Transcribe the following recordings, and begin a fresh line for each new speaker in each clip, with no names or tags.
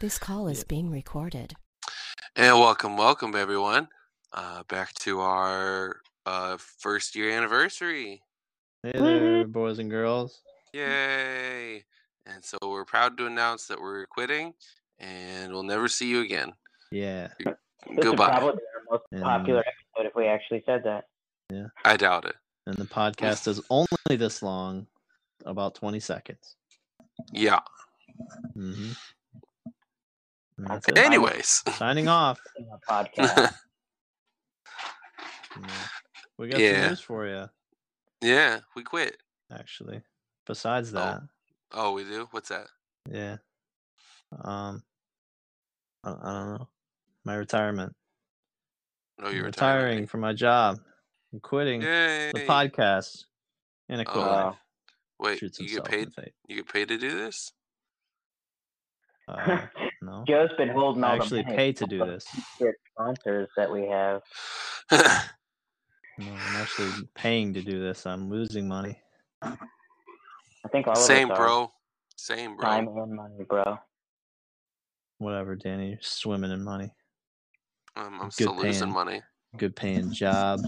This call is
Yeah.
being recorded.
And welcome, welcome everyone, uh, back to our uh, first year anniversary.
Hey
Woohoo.
there, boys and girls.
Yay! And so we're proud to announce that we're quitting, and we'll never see you again.
Yeah.
This would
Goodbye.
probably be our most popular episode if we actually said that.
I doubt it.
And the podcast is only this long, about 20 seconds.
Yeah.
Mm-hmm. That's
Okay.
it.
Anyways,
Signing off.
in the Podcast.
Yeah. We got
Yeah.
some news for you,
yeah, we quit.
actually. Besides that,
Oh, we do. What's that?
yeah. Um, I, I don't know. My retirement.
Oh, you're
I'm retiring from my job. I'm quitting
Yay!
the podcast in a
Oh,
quit life.
Wait,
Shoots
you get
himself in
paid?
the face.
You get paid to do this?
Uh, no.
Joe's been holding all
I actually
the money
pay to do
for
this.
secret sponsors that we have.
No, I'm actually paying to do this. I'm losing money.
I think all
Same,
of us
bro. Same,
Are
bro.
time and money, bro.
Whatever, Danny. You're swimming in money.
Um, I'm
Good
still losing
paying.
money.
Good paying job.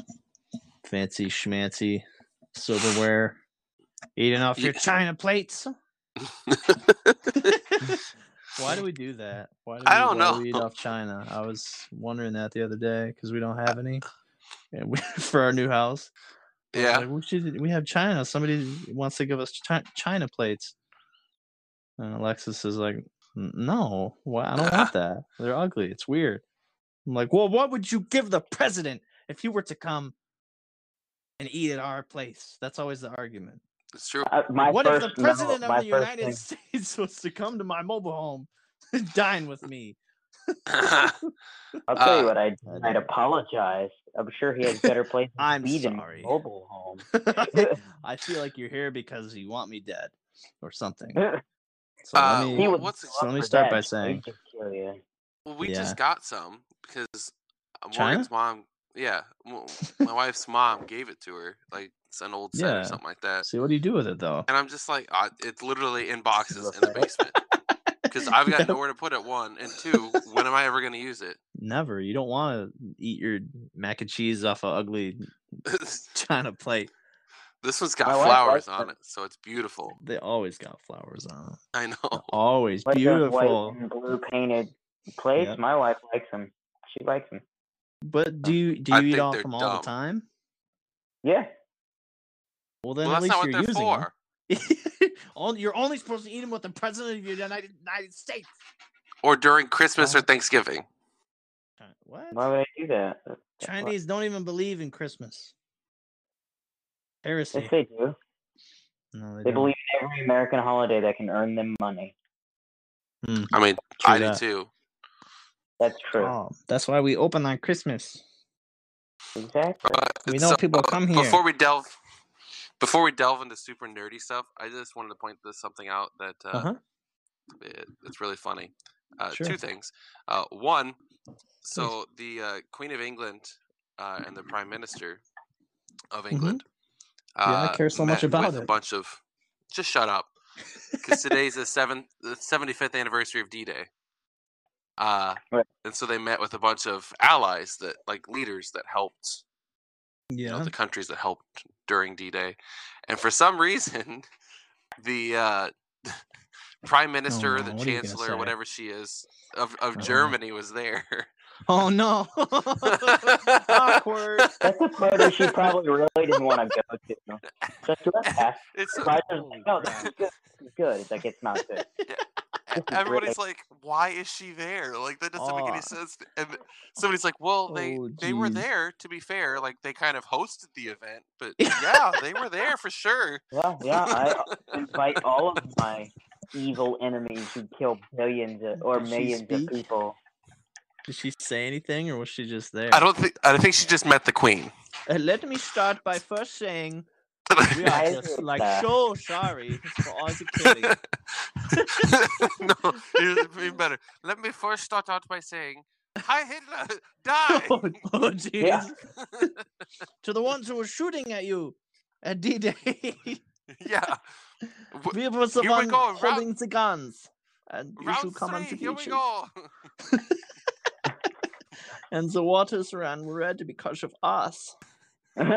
Fancy schmancy silverware. Eating off your
Yeah.
china plates. Why do we do that? Why do we,
I don't
why do we eat
know.
off china? I was wondering that the other day because we don't have any and we, for our new house. I was
yeah.
like, we should. We have china. Somebody wants to give us chi- china plates. And Alexis is like, "N- no, why? I don't want that. They're ugly. It's weird. I'm like, well, what would you give the president if he were to come and eat at our place? That's always the argument.
It's true.
Uh, my
what if
first
the president
memo-
of
my
the
first
United
thing-
States was to come to my mobile home and dine with me?
I'll tell
uh,
you what I
I
I'd
know.
apologize. I'm sure he had better places to
I'm
be than his
sorry.
mobile home.
I feel like you're here because you want me dead or something. So
Uh,
let me,
he would
What's-
love
so let me
for
start
that,
by
so he
saying
could kill you.
Well, we
Yeah.
just got some because uh,
China?
Morgan's mom, yeah, mo- my wife's mom gave it to her. Like it's an old set
Yeah.
or something like that.
See, what do you do with it though?
And I'm just like, uh, it's literally in boxes in the
Buffet.
basement because I've got
No,
nowhere to put it. One and two, when am I ever going to use it?
never. You don't want to eat your mac and cheese off a ugly china plate.
this one's got
My wife
flowers
likes
on
them.
it, so it's beautiful.
They always got flowers on. 'em.
I know.
They're Always
Like those
beautiful.
white and blue painted plates.
Yep.
My wife likes them. She likes them.
But do you do
I
you eat
think
off
they're
them all
dumb.
the time?
Yeah.
Well, then
Well,
at
that's
least
not what
you're
they're
using
for.
'em. All- you're only supposed to eat them with the president of the United, United States.
Or during Christmas or
Uh,
Thanksgiving.
Chi- What?
Why would I do that? That's what-
Chinese don't even believe in Christmas. Heresy.
Yes, they do.
No, they,
They
don't.
believe in every American holiday that can earn them money.
I mean,
True
I do
that.
too.
That's true.
Oh, that's why we open on Christmas.
Exactly.
But
We
so-
know people come here.
Before we delve, before we delve into super nerdy stuff, I just wanted to point this something out that uh,
Uh-huh.
it, it's really funny. Uh,
Sure.
Two things. Uh, one, so the uh, Queen of England uh, and the Prime Minister of England.
Mm-hmm.
uh,
I care so much
met
about
with A
it.
bunch of just shut up because today's the seventh, the seventy fifth anniversary of D Day. Uh,
Right.
and so they met with a bunch of allies that, like leaders that helped you know
Yeah.
the countries that helped during d-day and for some reason the uh prime minister or
no,
the
Oh, what are you gonna
chancellor
say? Uh-huh.
or whatever she is of, of
Uh-oh.
germany was there
Oh no. Awkward.
That's a party she probably really didn't want to go to. It's like, let's pass.
it's
But I was like, no, this is good. This is good. It's like, it's not good. is
everybody's like why e, is she there like that doesn't make
Aw.
any sense and th- somebody's like well they
Oh,
they were
geez.
there to be fair like they kind of hosted the event but yeah they were there for sure
Yeah, yeah. I invite all of my evil enemies who kill billions of, or
Did she
millions
speak?
of people.
Did she say anything or was she just there?
i don't think i think she just met the queen
Uh, let me start by first saying we
Why
are
is
just
it
like
that?
so sorry for all the killing.
no, it's even better. Let me first start out by saying, "Hi Hitler, die!"
oh, oh, jeez. to the ones who were shooting at you at D Day.
yeah, W-
we were the
here we
ones
go, Ralph.
holding the guns. and you shall
Round
come
three,
unto
here we
Peaches.
go.
And the waters ran red because of us. You're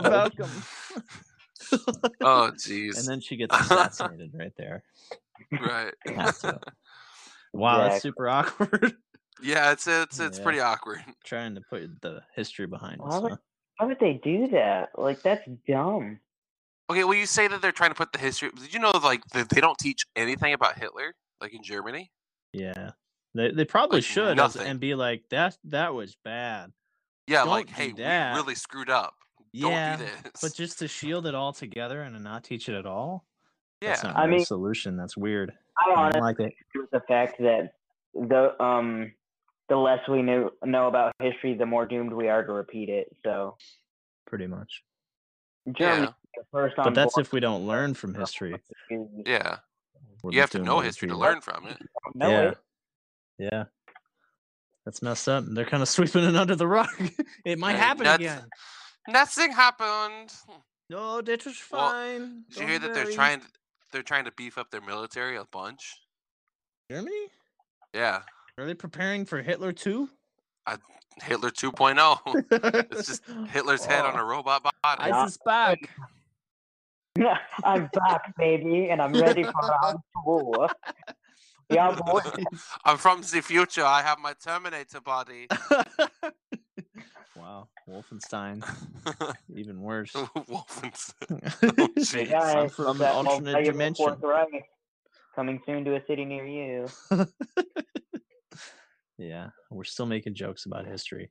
welcome.
oh,
and
jeez.
then she gets assassinated right there.
Right.
Has to. Wow,
Yeah.
that's super awkward.
Yeah, it's it's it's
Yeah.
pretty awkward.
Trying to put the history behind
Why
us.
would-
huh?
Why would they do that? Like that's dumb.
Okay, well, you say that they're trying to put the history. Did you know, like, that they don't teach anything about Hitler, like in Germany?
Yeah. They, they probably
Like
should as-
nothing.
and be like that that was bad.
Yeah,
Don't
like,
do
hey, we
that.
really screwed up.
Yeah.
Don't do this.
But just to shield it all together and to not teach it at all?
yeah,
That's not
I
a real
mean-
solution. That's weird.
I
I
honestly
don't like it.
with the fact that the um the less we knew, know about history, the more doomed we are to repeat it. So
Pretty much.
Germany
Yeah.
the first on
But that's
board.
if we don't learn from history.
You
yeah.
We're
You have to
doing
know
what we
history to
do.
learn from it.
don't know
yeah.
it.
Yeah. That's messed up. They're kind of sweeping it under the rug. it might
Hey,
happen
that's-
again.
Nothing happened.
No, that was
Well,
fine.
Did you hear
Don't
that they're
worry.
trying? They're trying to beef up their military a bunch.
Germany?
Yeah,
Are they preparing for Hitler too?
Hitler 2.0.
it's
it's just Hitler's head
Oh,
on a robot body.
I-
ISIS back.
I'm back, baby, and I'm ready for round four. Yeah, boy.
I'm from the future. I have my Terminator body.
wow, Wolfenstein, even worse.
Wolfens.
Hey,
Oh, Jeez.
guys,
I'm from
that
an
whole
alternate
valuable
dimension.
Fourth Reich Coming soon to a city near you.
yeah, we're still making jokes about history.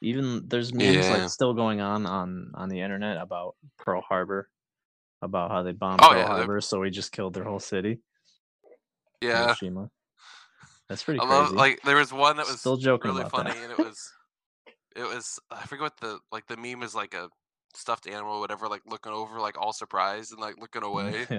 Even there's memes
Yeah.
like still going on on on the internet about Pearl Harbor, about how they bombed
Oh,
Pearl
yeah, they're-
Harbor, so we just killed their whole city,
Yeah,
Hiroshima. That's pretty
I
crazy.
love like there was one that was
still joking
really
about
funny,
that.
and it was it was I forget what the like the meme is like a stuffed animal, or whatever, like looking over, like all surprised and like looking
Mm.
away.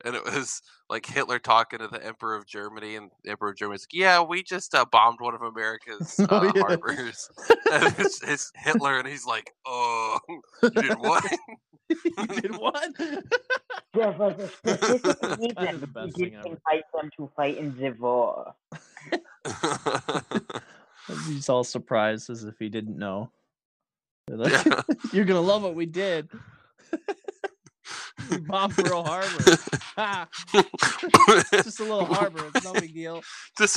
Yeah.
and it was like Hitler talking to the Emperor of Germany, and the Emperor of Germany's like, "Yeah, we just uh, bombed one of America's uh,
Oh, yeah.
harbors." And it's, it's Hitler, and he's like, "Oh, you did what?"
you did what?
There was a specific
That's
reason
kind of the best
we
thing
didn't
ever.
invite them to fight in the war.
He's all surprised as if he didn't know. They're like,
Yeah.
You're gonna love what we did. we bombed Pearl Harbor. Ha, just a little harbor. It's no big deal.
just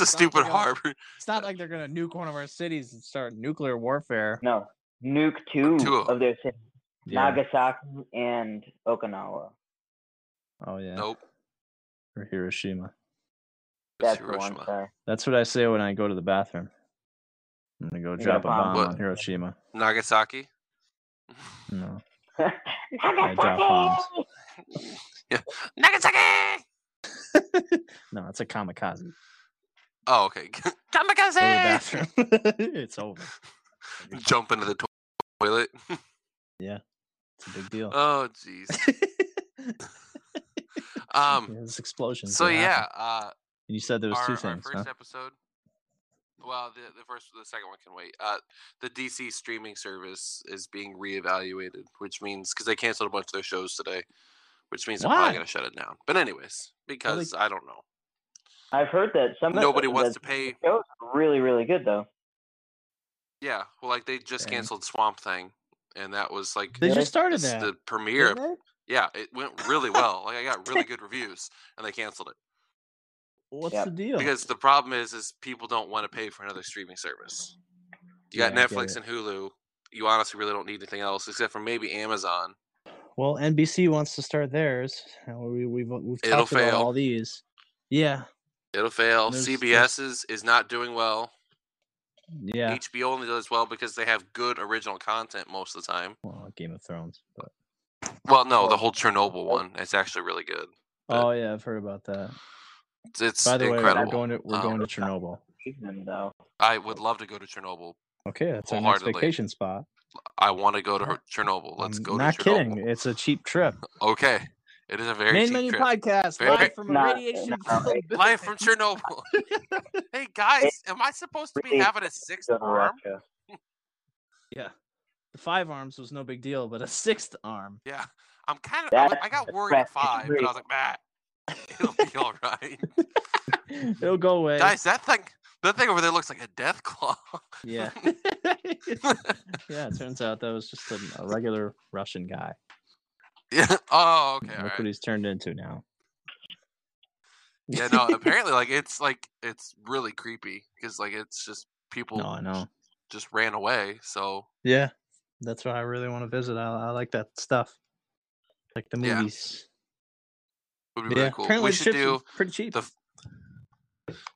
a stupid
Something else.
harbor.
It's not like they're gonna nuke one of our cities and start nuclear warfare.
No, nuke two,
Two of
of their cities,
Yeah.
Nagasaki and Okinawa.
Oh yeah.
Nope.
Or Hiroshima.
It's
That's the one.
Hiroshima.
Sorry.
That's what I say when I go to the bathroom. I'm gonna go
got
drop a
bombed.
bomb
What?
on Hiroshima.
Nagasaki.
No. I drop bombs.
Nagasaki!
Nagasaki.
No, it's a kamikaze.
Oh, okay.
Go to the
Kamikaze.
bathroom. it's over.
Jump into the to- toilet.
Oh. It's a big deal.
oh, jeez. Um.
There's explosions.
So
they happen.
yeah. Uh.
And you said there was
our,
two
our
things. huh?
first episode. Well, the, the first, the second one can wait. Uh, the DC streaming service is being reevaluated, which means because they canceled a bunch of their shows today, which means they're
Why?
probably going to shut it down. But anyways, because I don't know,
I've heard that some
nobody
of,
wants
that
to pay.
shows are really, really good though.
Yeah, well, like they just
Dang.
canceled Swamp Thing, and that was like
They
Really?
just started
it's
that.
the premiere.
didn't they?
Yeah, it went really well. Like I got really good reviews, and they canceled it
What's
Yep.
the deal?
because the problem is, is people don't want to pay for another streaming service. You got
Yeah, I get
Netflix
it.
and Hulu. You honestly really don't need anything else except for maybe Amazon.
well, NBC wants to start theirs, and we, we've we've
It'll
talked about
fail.
all these. Yeah,
It'll fail.
There's- there's-
CBS's is not doing well.
yeah.
HBO only does well because they have good original content most of the time.
Well, Game of Thrones, but
Well, no, the
Well-
whole Chernobyl one. It's actually really good. But-
oh yeah, I've heard about that.
It's, it's
By the way,
incredible.
we're going to we're
Um,
going to Chernobil.
Season though.
I would love to go to Chernobyl.
Okay, that's our next
wholeheartedly.
vacation spot.
I want to go to her- Chernobyl. Let's
I'm
go.
Not
to Chernobyl.
kidding. It's a cheap trip.
Okay, it is a very
Main
cheap
menu
trip.
podcast
Very-
live from a
Nah,
radiation.
nah,
filled
it's
Live from Chernobyl. hey guys, am I supposed to be
Really?
having a sixth
Go to
arm?
Russia.
Yeah. The five arms was no big deal, but a sixth arm.
Yeah, I'm kind of. I was-
That's
I got
a
worried at
stretch.
five, but I was like, bah. It'll be all right,
It'll go away.
guys. That thing, that thing over there looks like a death claw.
Yeah. yeah, it turns out that was just a, a regular Russian guy.
yeah. Oh, okay.
Look
All
what
right.
he's turned into now.
Yeah. No. Apparently, like it's like it's really creepy because like it's just people
No, I know.
just ran away. So
Yeah, that's why I really want to visit. I, I like that stuff, like the
Yeah.
movies.
would be
Yeah,
really cool.
apparently
we
the
should
chips
do
are pretty cheap.
the-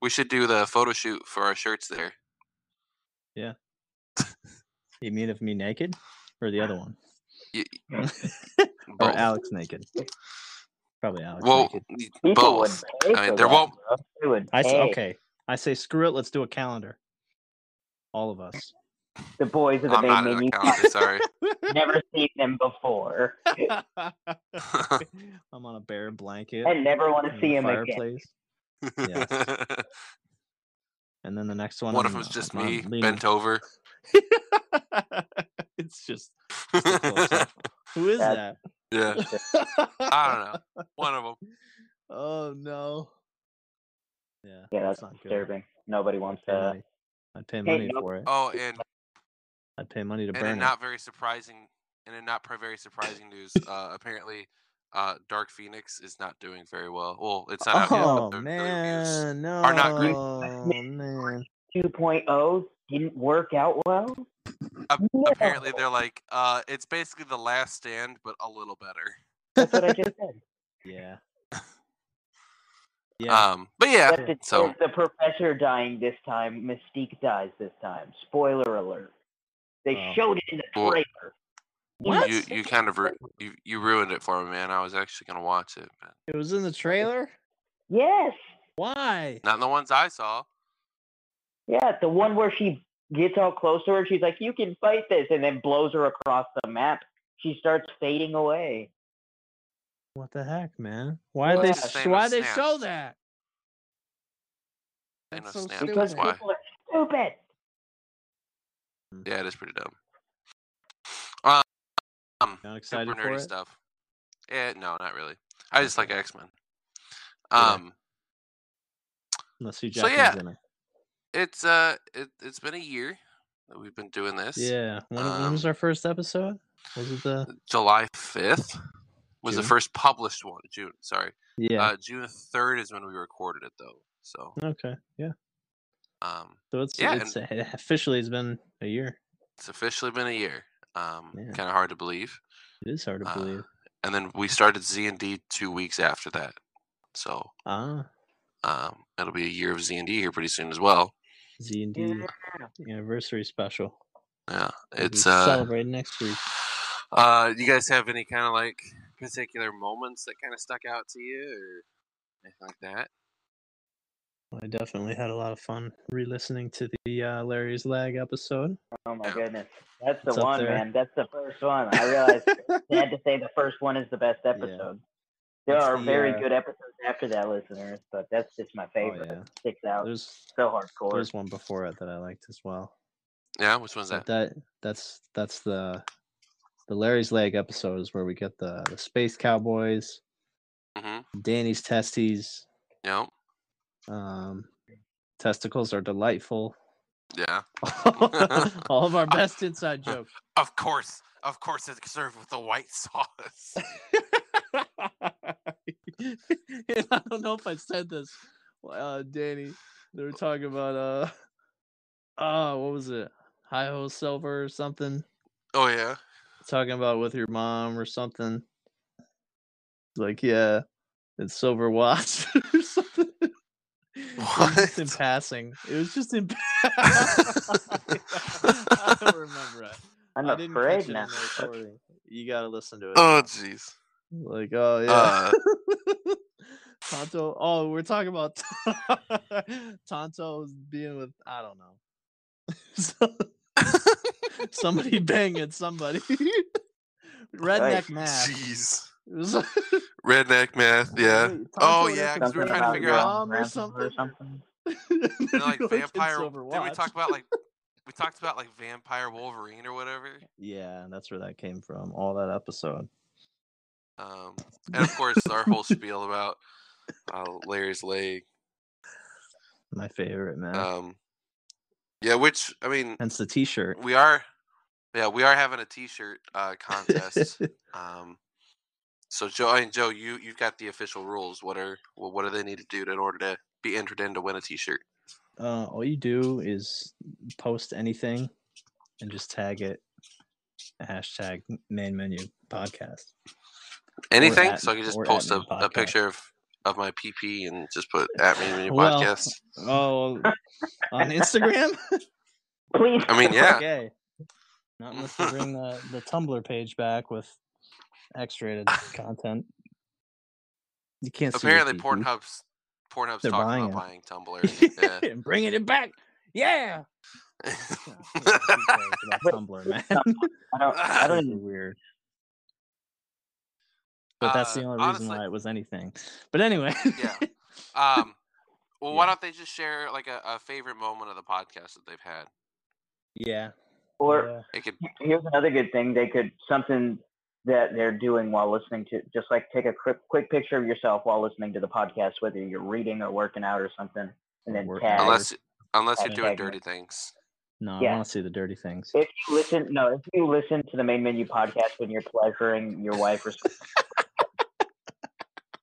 we should do the photo shoot for our shirts there.
you mean of me naked, or the other one, or
Both.
Alex naked? Probably Alex
well,
naked.
y-
People
both.
would pay
I mean,
for
there
that,
won't-
bro. They would
I say
pay.
okay. I say screw it. Let's do a calendar. All of us.
The boys of the
I'm
Bay
not in
Menu
the calendar. Sorry.
never seen them before
I'm on a bare blanket.
and never want to
in
see
the
him again.
fireplace. And then the next one.
One of
I'm,
them's
uh,
just
I'm
me
leaning-
bent over.
it's just a
yeah.
close-up. who is
That's-
that?
I don't know. One of them.
Oh no. Yeah. uh,
Yeah, that's
it's not good.
disturbing. Nobody wants
Pay
to.
money. I'd pay
hey,
money
no-
for it.
Oh, and
I'd pay money to
and in
burn
not very surprising and in not pre- very surprising news, uh, apparently, uh, Dark Phoenix is not doing very well. Well, it's not
it.
out yet.
Oh
but the- the reviews-
man, no.
are not good.
man.
2.0 didn't work out well.
Ap-
No.
Apparently, they're like, uh, it's basically the Last Stand, but a little better.
That's what I just said.
Yeah. Yeah.
Um, but yeah,
Except it's
so
the professor dying this time. Mystique dies this time. Spoiler alert. They
Wow.
showed it in the
Well,
trailer.
what?
you you kind of ru- you you ruined it for me, man. I was actually gonna watch it, but
it was in the trailer?
Yes.
Why?
not the ones I saw.
Yeah, the one where she gets all close to her. She's like, "You can fight this," and then blows her across the map. She starts fading away.
What the heck, man? Why would they
What's
the
s-
Thanos
why they
snap?
show that?
Thanos
That's so
snap,
stupid.
Because
why.
people are stupid.
Yeah, it is pretty dumb. Um,
Not
super
excited for
nerdy
it.
stuff. Yeah, no, not really. I just like
Okay.
X Men.
Yeah.
Um,
Unless you
So,
Jackson's
yeah.
in it.
it's uh, it, it's been a year that we've been doing this.
Yeah. When, when was
Um,
our first episode? Was it the
July fifth was the
June.
first published one. June, sorry.
Yeah.
Uh, June third is when we recorded it though. So,
okay. Yeah.
um,
So it's
yeah,
it's it officially has been a year.
it's officially been a year. Um,
Yeah.
kind of hard to believe.
It is hard to
Uh,
believe.
And then we started Z and D two weeks after that. So,
Ah,
um, it'll be a year of Z and D here pretty soon as well.
Z and D anniversary special.
Yeah,
We'll be
it's uh,
celebrating next week.
Uh, you guys have any kind of like particular moments that kind of stuck out to you or anything like that?
I definitely had a lot of fun re-listening to the uh, Larry's lag episode.
Oh my
Yeah.
goodness, that's the
It's up
one,
there.
man. That's the first one. I realized I had to say the first one is the best episode. There
It's
are
the,
very
uh, Oh,
good episodes after that, listeners, but that's just my favorite.
yeah.
Sticks out
There's
so hardcore.
there's one before it that I liked as well.
Yeah, which one's
But
that?
that that's that's the the Larry's lag episode is where we get the, the space cowboys,
Mm-hmm.
Danny's testes,
Yep.
um, testicles are delightful.
Yeah.
All of our best inside jokes.
Of course. Of course, it's served with the white sauce.
And I don't know if I said this, uh, Danny. They were talking about uh, oh, what was it? Hi ho silver or something.
oh yeah.
Talking about with your mom or something. Like yeah, it's silver watch or something. It was just in
What?
passing. It was just in. I don't remember it.
I'm
I didn't catch it
afraid now.
on the recording. You gotta listen to it.
Oh jeez.
Like, oh yeah.
uh,
Tonto. Oh, we're talking about Tonto being with I don't know. So- somebody banging somebody. Redneck
Right.
math.
Jeez.
It was
Redneck math. Yeah.
Wait,
Oh,
Tonto
yeah,
went
'cause
after
we were
Something
trying to
about
figure
your
out-
mom or
grandma
something.
something.
And
And,
then
like
we went to
vampire. Did we
Silverwatch.
talk about like? We talked about like vampire Wolverine or whatever.
Yeah, and that's where that came from. All that episode.
Um, and of course, our whole spiel about uh, Larry's leg.
My favorite, man.
Um, yeah, which I mean,
Hence the T-shirt.
we are, yeah, we are having a T-shirt uh, contest. um, so Joe, I mean, Joe, you you've got the official rules. What are well, what do they need to do in order to be entered in to win a T-shirt?
uh, all you do is post anything and just tag it hashtag main menu podcast.
Anything?
at-
so I can just
or at
post a,
Main
a
Podcast.
picture of of my PP and just put at me Mini
Well,
podcast.
Oh, on Instagram?
Please.
I mean, yeah.
Okay. Not unless you bring the, the Tumblr page back with X rated content. You can't see. your
Apparently,
PP.
Pornhub's Pornhub's
They're
talking about buying
buying
Tumblr.
and bringing it back. Yeah.
Yeah.
Who cares about Tumblr, man.
I don't. I don't.
Super
Even,
weird. But that's the
Uh,
only reason
honestly-
why it was anything. But anyway.
Yeah. um, well, why
Yeah.
don't they just share like a, a favorite moment of the podcast that they've had?
yeah.
or
yeah.
It could.
here's another good thing: they could something that they're doing while listening to, just like take a quick, quick picture of yourself while listening to the podcast, whether you're reading or working out or something, and then
Working
tag.
out.
Unless unless you're
Hashtag
doing
it.
dirty things.
No, I
Yeah.
want to see the dirty things.
If you listen, no, if you listen to the main menu podcast when you're pleasuring your wife or something,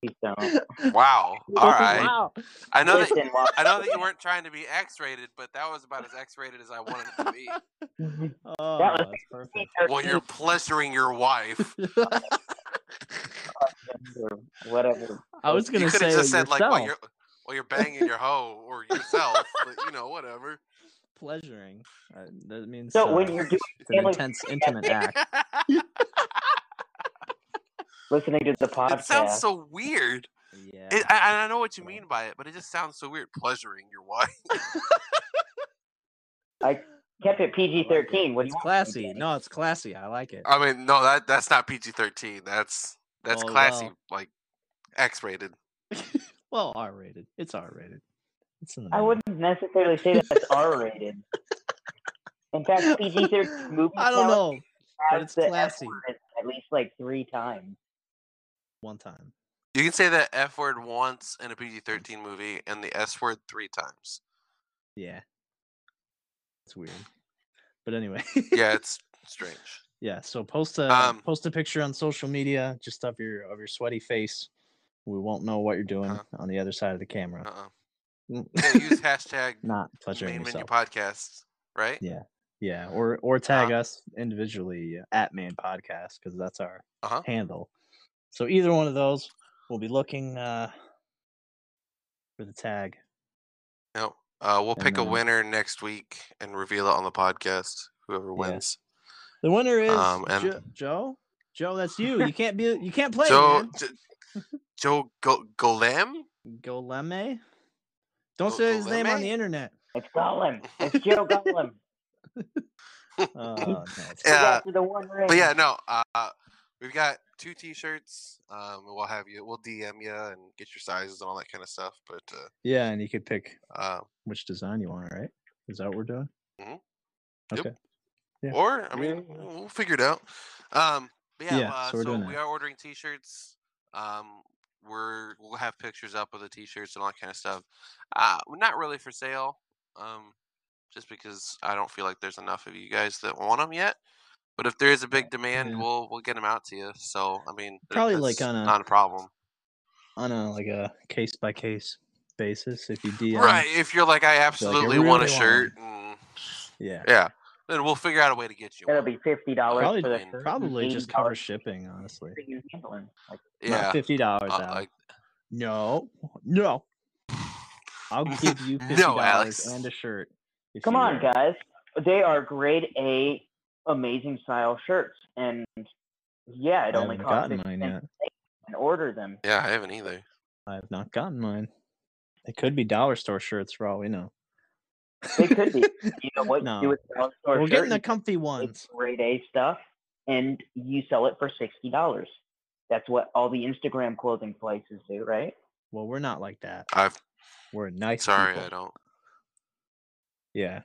please don't.
Wow. All right.
Wow.
I know that.
listen while
I know that you weren't trying to be X-rated, but that was about as X-rated as I wanted it to be.
Oh,
That was-
that's perfect.
Well, you're pleasuring your wife.
or whatever.
I was
You
gonna
could
say
have just said like while
yourself,
you're while you're banging your hoe or yourself, but you know whatever.
pleasuring. Uh, that means
So
uh,
when you're doing,
it's an
family-
intense, intimate act.
listening to the podcast,
It sounds so weird.
Yeah.
It, I, and I know what you
Yeah.
mean by it, but it just sounds so weird. Pleasuring your wife.
kept
I
it
like
PG-13.
it.
What
It's
do you want from me,
classy.
Danny?
No, it's classy. I like it.
I mean, no, that that's not PG thirteen. That's that's
Oh,
classy,
well.
like X rated.
Well, R rated. It's R rated. It's in the
I
middle.
wouldn't necessarily say that it's R-rated. In fact, PG-13 movies
I don't
now
know. but
have
it's
the F
classy.
word at- At least like three times.
One time.
You can say that F word once in a PG thirteen movie, and the S word three times.
Yeah. It's weird. But anyway.
Yeah, it's strange.
Yeah, so post a
Um,
post a picture on social media just of your of your sweaty face. We won't know what you're doing
Uh-huh.
on the other side of the camera.
Uh-uh.
Mm.
Yeah, use hashtag
Not
main
pleasuring
menu
yourself.
podcast, right?
Yeah. yeah, or or tag
uh-huh.
us individually at Main Podcast because that's our
Uh-huh.
handle. So either one of those, we'll be looking uh, for the tag.
No. Uh, we'll
And
pick a
then-
winner next week and reveal it on the podcast. Whoever wins.
The winner is
Um, and-
Jo- Joe. Joe, that's you. You can't be. You can't play.
Joe
man.
J- Joe Go- Golem?
Goleme. Don't
Go-
say his name on
Goleme?
the internet.
It's Gollum. It's Joe Gollum.
Oh, no, it's-
Who
Yeah,
got to the one ring.
But yeah, no. Uh, we've got two T-shirts. Um, we'll have you. We'll DM you and get your sizes and all that kind of stuff. But uh,
yeah, and you could pick
uh,
which design you want, right? Is that what we're doing?
Mhm. Yep.
Okay. Yeah.
or I mean,
Yeah.
we'll figure it out. Um, but yeah,
Yeah,
uh,
so
so,
we're doing
we
that.
are ordering T-shirts. Um, we're we'll have pictures up of the T-shirts and all that kind of stuff. Uh, we're not really for sale. Um, just because I don't feel like there's enough of you guys that want them yet. But if there is a big demand,
Yeah.
we'll we'll get them out to you. So I mean, th-
Probably, like,
that's
on a-
not a problem.
On a like a case by case basis, if you DM,
Right. If you're like, I absolutely
really want
want a
'em."
shirt, and,
Yeah,
yeah, then we'll figure out a way to get you.
That'll
One.
be fifty dollars
Probably-
for the
I mean,
shirt and
probably
Mm-hmm.
just
$80
cover shipping, honestly.
for you handling. Like,
Not
Yeah.
fifty dollars
uh,
out.
like,
no, no. I'll give you
No,
fifty dollars
Alex.
and a shirt. if
Come
you uh,
on,
wear it.
guys. They are grade A amazing style shirts, and yeah, it
I
only
haven't
costs
gotten
50
mine
cents
yet.
and order them.
yeah, I haven't either.
I have not gotten mine. It could be dollar store shirts for all we know.
They could be. You know what
No.
you do with dollar store
We're getting
shirt?
the
Oh.
comfy
it's
ones.
grade A stuff, and you sell it for sixty dollars. That's what all the Instagram clothing places do, right?
Well, we're not like that.
I've
We're nice.
sorry,
people.
I don't.
Yeah.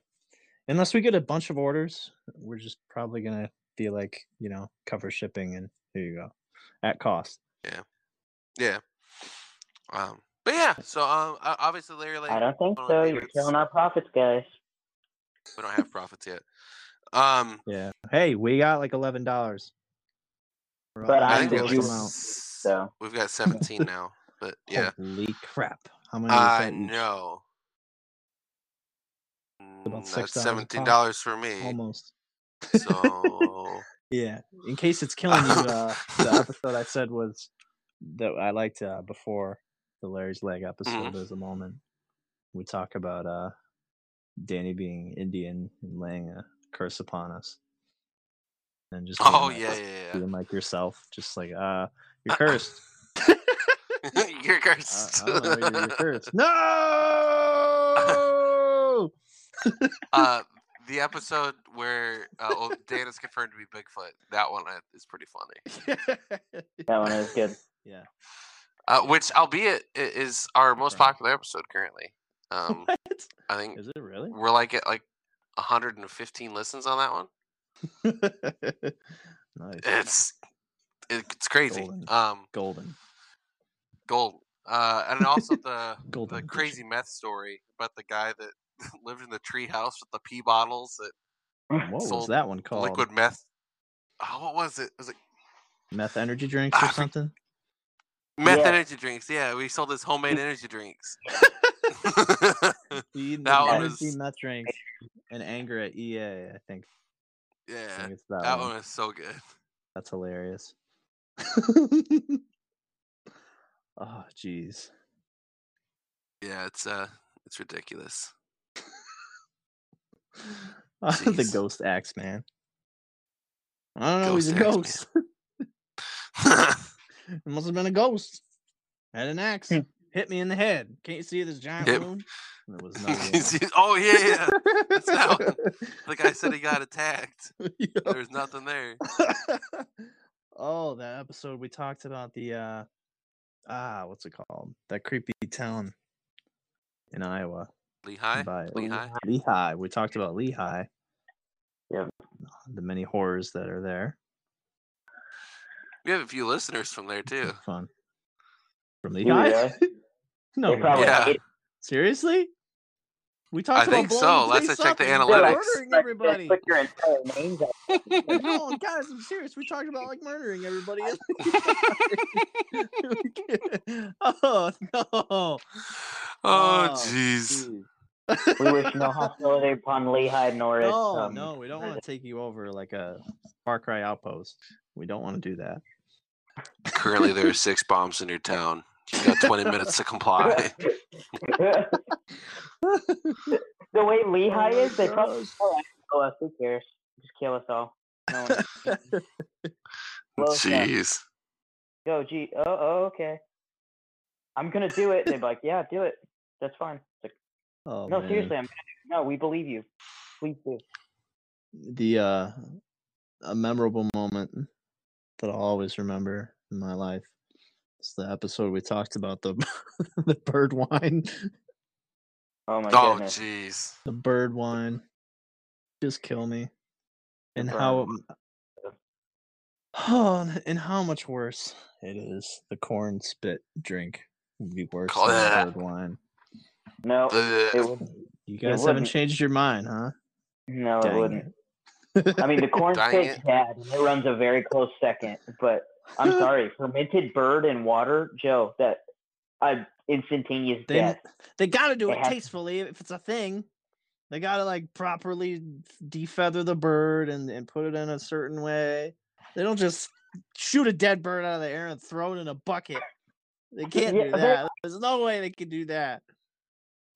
Unless we get a bunch of orders, we're just probably gonna be like, you know, cover shipping and here you go. At cost.
Yeah. Um. But yeah, so um, o- obviously Larry
I
Lane,
don't
Hold
think
on,
so.
maybe
You're
it's-
killing our profits, guys.
we don't have profits yet. Um,
Yeah. Hey, we got like eleven dollars.
But
I
I'm
think we
the
got, like,
Jew.
s-
So
we've got 17 now, but yeah,
Holy crap! How many? is
I
that each?
know.
About
Mm,
$6
That's
a
seventeen
pop.
dollars for me.
Almost. Oh
So
Yeah. In case it's killing you, uh, the episode I said was that I liked uh, before the Larry's leg episode.
Mhm.
There's a moment we talk about uh, Danny being Indian and laying a curse upon us, and just being
oh
like-
yeah, yeah,
being like yourself, just like uh, you're cursed. "Ah,
yeah. You're
I,
cursed.
I don't know, you're, you're cursed. No.
uh, the episode where uh, well, Dan is confirmed to be Bigfoot. That one uh, is pretty funny.
that one is good.
yeah.
Uh, which, albeit, i- is our most
Right.
popular episode currently. Um,
What?
I think
Is it really?
we're like at like 115 listens on that one.
nice.
It's it's crazy.
Golden.
Um,
Golden.
gold. Uh, and also the
Golden.
the
edition.
crazy meth story about the guy that lived in the tree house with the pee bottles that
What was
sold
that one called?
liquid meth. Oh, what was it? Was it
meth energy drinks or
Ah, for-
something?
meth
Yeah.
energy drinks? Yeah, we sold his homemade energy drinks. That
that
one
energy
was-
meth drinks and anger at EA. I think. I
yeah,
think it's that,
that
one.
one is so good.
That's hilarious. oh, jeez.
Yeah, it's uh, it's ridiculous.
the
Jeez.
ghost axe man. I don't know. he's a
Ghost axe
ghost. It must have been a ghost. Had an axe.
Hmm.
Hit me in the head. Can't you see this giant
Yep.
wound? And It was not.
oh yeah, yeah. not The guy said he got attacked. There's nothing there.
oh, that episode we talked about the uh ah, what's it called? That creepy town in Iowa.
Lehigh.
by-
Lehigh.
Lehigh. We talked about Lehigh.
Yep.
The many horrors that are there.
We have a few listeners from there too.
Fun. From
Do
Lehigh?
they?
no.
They probably
Yeah.
hate it.
Seriously? We
I
talked about
think
blowing
so. Let's
police
check
up
the
and
analytics.
Murdering
Like,
everybody.
Put your entire names out.
no, guys, I'm serious. We talked about like murdering everybody. oh no!
Oh
Oh,
jeez.
We wish no hostility upon Lehigh nor its.
No,
um,
no, we don't want to take you over like a Far Cry outpost. We don't want to do that.
Currently, there are six bombs in your town. You've got 20 minutes to comply.
the
Oh
way Lehigh is, they probably kill us. Who cares? Just kill us all. No one. Well, yeah.
Jeez.
Go, gee. Oh, oh, okay. I'm gonna do it. They're like, yeah, do it. That's fine. It's like,
Oh,
no,
man.
seriously, I'm gonna do it. No, we believe you. Please do.
the uh a memorable moment that I'll always remember in my life. It's the episode we talked about the the bird wine.
Oh my
Oh
goodness.
jeez.
the bird wine just kill me and
bird
how
wine.
m- oh and- and how much worse it is the corn spit drink would be worse than the
Blech.
bird wine
No, Oh, it
Ugh.
wouldn't.
you guys haven't
wouldn't.
changed your mind huh
No, it
Dang
wouldn't.
it.
I mean, the corn
Dang
steak's
it.
bad. and It runs a very close second, but I'm sorry, fermented bird and water, Joe. That uh, instantaneous
they,
death.
they gotta do
They
it
have-
tastefully if it's a thing they gotta like properly defeather the bird and, and put it in a certain way they don't just shoot a dead bird out of the air and throw it in a bucket they can't
Yeah,
do
they-
that there's no way they can do that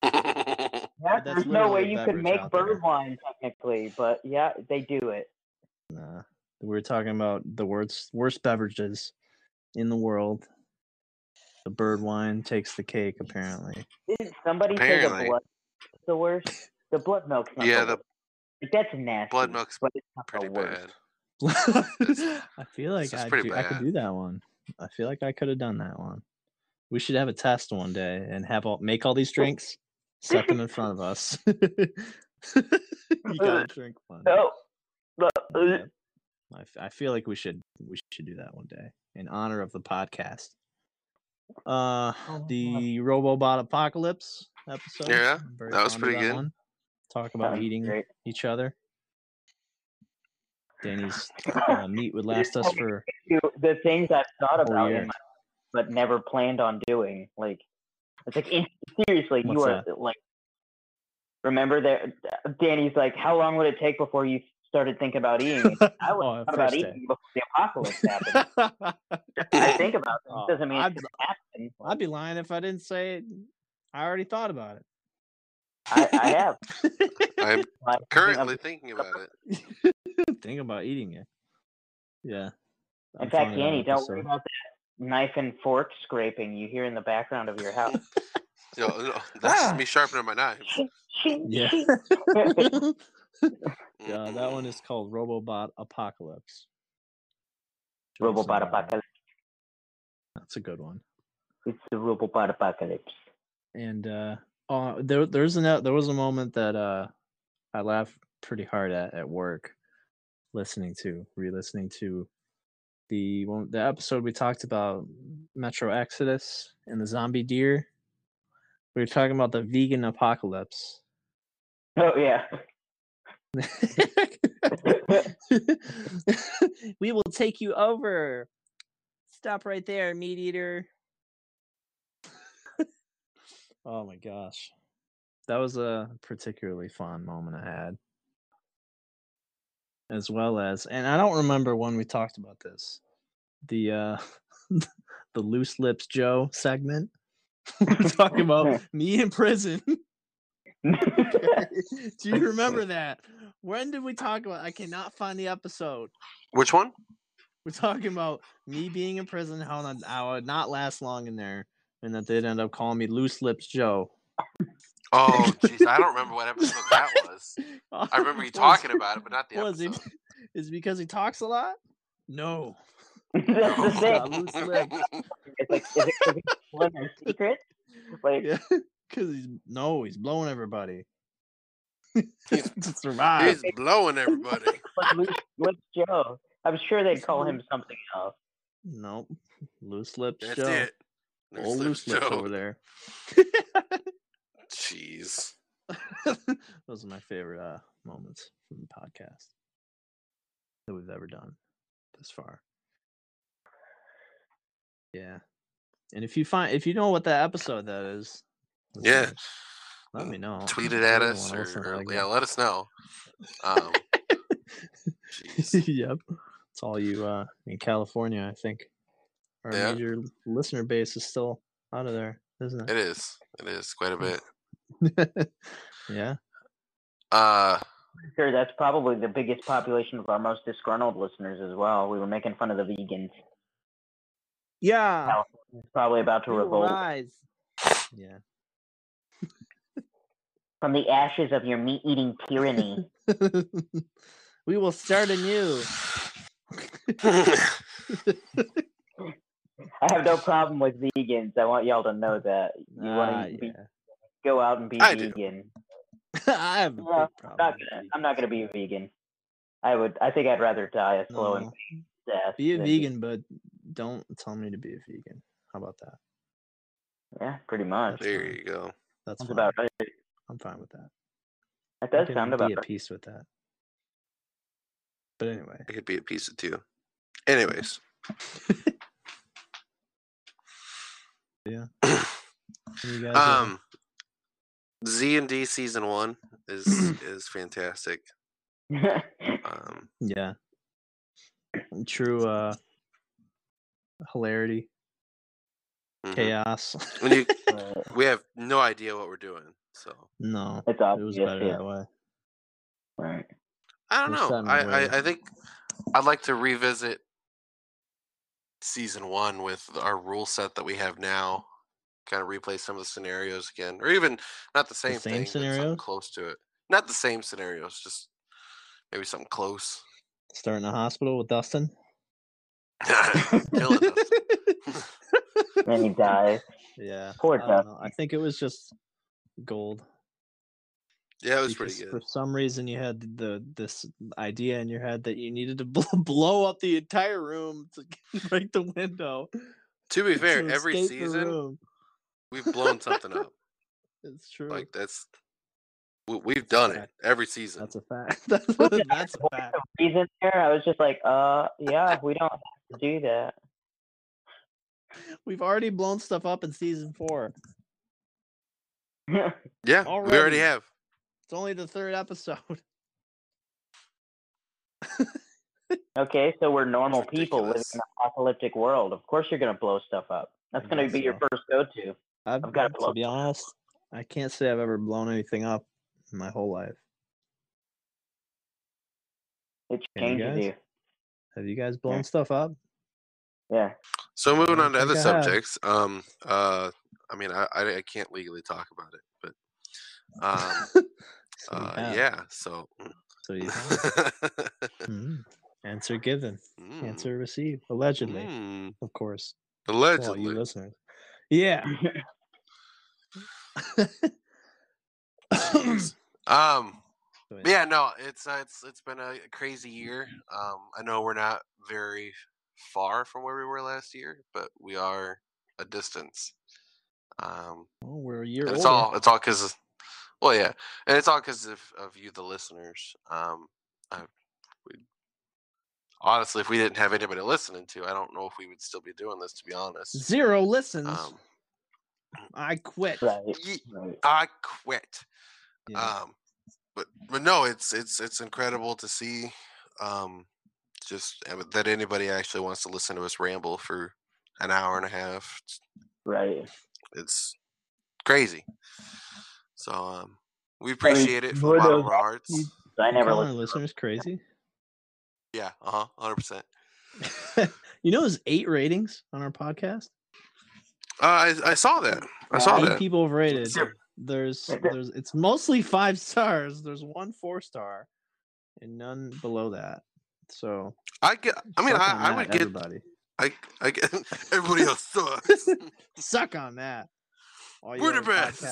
Yeah,
that's
there's no
literally
way
a
you could
beverage
make
out there.
bird wine technically, but yeah, they do it.
Nah. We were talking about the worst worst beverages in the world. The bird wine takes the cake, apparently.
Didn't somebody say
Apparently.
the blood is the worst? The blood milk's not
Yeah, the
the, worst. Like, that's nasty.
milk's
but it's not
Pretty
the worst.
bad.
I feel
This
like
is
I,
pretty
do, I could
bad.
do that one. I feel like I could have done that one. We should have a test one day and have all make all these drinks, set them in front of us. you gotta drink one.
No. But, uh,
Yep. I, f- I feel like we should we should do that one day in honor of the podcast. uh
Oh,
the RoboBot Apocalypse episode.
Yeah,
I'm very
that was
fond of
pretty good.
one. Talk about
Sounds
eating
great.
each other. Danny's uh, meat would last us for
You- The things I've thought
Oh,
about,
yeah.
in my, but never planned on doing. Like, it's like in- seriously, you
What's
are like. Remember that Danny's like, how long would it take before you started thinking about eating? And I would
oh,
thought about
first
eating before the apocalypse happened.
day.
I think about it.
Oh,
It doesn't mean
I'd-
it's gonna happen.
I'd be lying if I didn't say it. I already thought about it.
I, I have.
I'm
Like,
currently thinking about it.
Think about eating it. Yeah.
In
I'm
fact,
fond of that
Danny, don't
episode.
worry about that knife and fork scraping you hear in the background of your house.
No, no, that's just
Ah.
me sharpening my knife.
Yeah. yeah, that
Mm-mm.
one is called RoboBot Apocalypse. Should have
Robobot
seen that.
apocalypse.
That's a good one.
It's the Robobot apocalypse.
and uh, uh there there's an there was a moment that uh I laughed pretty hard at at work listening to re-listening to the one the episode we talked about Metro Exodus and the zombie deer. We were talking about the vegan apocalypse.
Oh yeah.
we will take you over. Stop right there, meat eater. oh my gosh. That was a particularly fond moment I had. As well as and I don't remember when we talked about this. The uh the loose lips Joe segment. Talking about me in prison. Do you remember that? When did we talk about? I cannot find the episode.
Which one?
We're talking about me being in prison, how not, I would not last long in there, and that they'd end up calling me Loose Lips Joe.
Oh, jeez, I don't remember what episode that was. I remember you talking about it, but not the
Was it?
episode.
Is it because he talks a lot? No.
That's the
Yeah,
thing.
loose lips.
It's like, is it 'cause he's telling our secrets? Like,
Yeah, because he's no, he's blowing everybody.
He's-
to survive.
He's blowing everybody.
like Luke, Luke Joe. I'm sure they'd call him something else.
Nope. Loose Lips
That's
Joe.
it.
Old loose lips over there.
Jeez.
Those are my favorite uh, moments from the podcast that we've ever done this far. Yeah, and if you find if you know what that episode that is, let
Yeah.
me- let me know.
Tweet
I
it at
really
us,
wanna
or,
listen to
or-
that
yeah,
again.
let us know. Um, jeez.
yep, it's all you uh, in California, I think. Our
Yeah.
major listener base is still out of there, isn't
It is. It is quite a bit.
it? yeah,
Uh,
Sure, that's probably the biggest population of our most disgruntled listeners as well. We were making fun of the vegans.
yeah.
It's probably about to
You
revolt
rise. Yeah.
from the ashes of your meat-eating tyranny.
we will start anew.
I have no problem with vegans. I want y'all to know that. You
Ah,
want to
yeah.
go out and be
I do.
vegan.
I have a big
Yeah,
problem.
Not
with
gonna,
vegan.
I'm not going to be a vegan. I would. I think I'd rather die a slow and
No.
death.
Be a
than
vegan, but don't tell me to be a vegan. How about that?
Yeah, pretty much.
That's
there
fine.
you go.
That's
Sounds
fine.
about right.
I'm fine with that.
That
I
does
can
sound
be
about
at
right.
peace with that. But anyway,
I could be a piece of two. Anyways.
Yeah. what do you guys have?
Um, Z and D season one is is fantastic. Um,
yeah, true uh hilarity,
mhm.
chaos.
When you
Uh,
mm-hmm. we have no idea what we're doing, so
no, it
it's
was
obvious.
better
yeah.
that way.
Right.
I don't
First time
know.
in a
I,
row.
I I think I'd like to revisit season one with our rule set that we have now. Kind of replay some of the scenarios again, or even not the
same
same, thing, but something
scenarios?
close to it. Not the same scenarios, just maybe something close.
Starting a hospital with Dustin.
Killing us.
Then he dies.
Yeah.
Poor
I,
Dustin.
don't know. I think it was just gold.
Yeah, it was pretty
because
good.
For some reason, you had the this idea in your head that you needed to bl- blow up the entire room to break the window.
To be fair,
So
every
escape the
season
room.
we've blown something up.
It's true.
Like that's we, we've done it
fact.
every season.
that's a fact. That's,
Listen,
that's a fact.
Reason there, I was just like, uh, yeah, we don't have to do that.
We've already blown stuff up in season four.
yeah, we
already.
already have.
It's only the third episode.
okay, so we're normal
That's
people living
ridiculous.
in an apocalyptic world. Of course, you're gonna blow stuff up. That's
I
gonna
guess
be your
so.
first go-to.
I've,
I've gotta blow
to be honest. I can't say I've ever blown anything up in my whole life.
It
Yeah, you
changes
guys?
you.
Have you guys blown
Yeah.
stuff up?
Yeah.
So moving
don't
on to
think
other
I have.
subjects. Um, uh, I mean, I, I I can't legally talk about it, but um,
So you
uh,
have.
yeah. So
So you have.
Mm,
Mhm. answer given, answer received, allegedly,
mm,
of course. Well,
allegedly.
you listeners. Yeah.
Jeez. um,
So
but yeah, no, it's uh, it's it's been a crazy year. Um, I know we're not very far from where we were last year, but we are a distance. Um,
Oh, we're a year
and
old.
it's all it's all because, well, yeah, and it's all because of, of you, the listeners. Um, I, we, honestly, if we didn't have anybody listening to, I don't know if we would still be doing this. To be honest,
Zero listens.
um,
I quit.
Right.
ye-
Right.
I quit.
Yeah.
um but but no it's it's it's incredible to see um just uh, that anybody actually wants to listen to us ramble for an hour and a half it's,
Right.
it's crazy so um we appreciate it from the
would
bottom
have-
of our hearts
you-
I
You
never
call our
listened.
listeners crazy.
yeah uh-huh 100% uh
you know, there's eight ratings on our podcast.
i i saw that i
Yeah,
saw
eight
that
people have rated.
Sure.
There's,
Right there.
there's, it's mostly five stars. There's one four star, and none below that. So
i get i mean
suck on
i, I
that,
would get
everybody
i i get everybody else sucks
suck on that. All you
we're the
other
best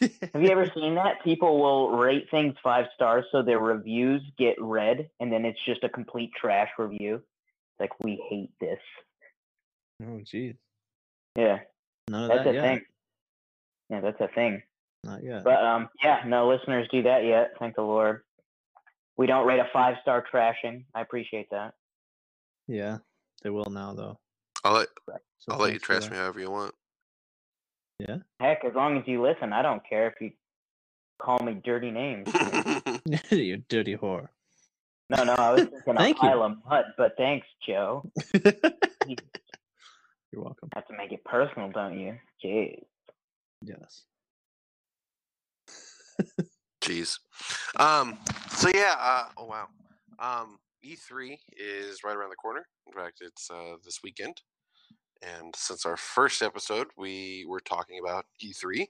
podcasts.
Have you ever seen that? People will rate things five stars so their reviews get read, and then it's just a complete trash review. It's Like we hate this.
oh, geez,
Yeah,
none of
that's
that Uh,
a
yet.
thing. Yeah, that's a thing.
Not yet.
But um, yeah, no listeners do that yet. Thank the Lord. We don't rate a five star trashing. I appreciate that.
yeah, they will now though.
i'll let
So
i'll let you
thanks for
trash
that.
me however you want
Heck, as long as you listen, I don't care if you call me dirty names.
you dirty whore.
No, no, I was thinking a
Thank you.
pile of mud, but thanks, Joe.
You're welcome.
Have to make it personal, don't you? Jeez.
Yes.
Jeez. Um. So yeah. Uh, oh wow. Um. E three is right around the corner. In fact, it's uh, this weekend. And since our first episode, we were talking about E three.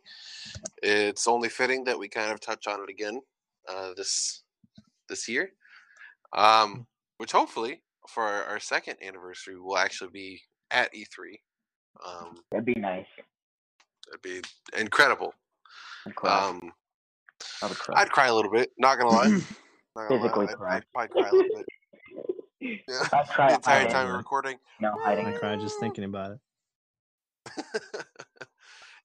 It's only fitting that we kind of touch on it again uh, this this year. Um. Which hopefully for our, our second anniversary will actually be at E three. Um.
That'd be nice.
That'd be incredible.
I'd cry.
Um.
I would cry.
I'd cry a little bit. Not gonna lie. Not gonna lie,
Physically
I'd-
cry.
I'd probably cry a little bit. Yeah.
I'd cry
the entire
hiding.
time we're
Yeah.
recording.
No,
I
hiding.
cry just thinking about it.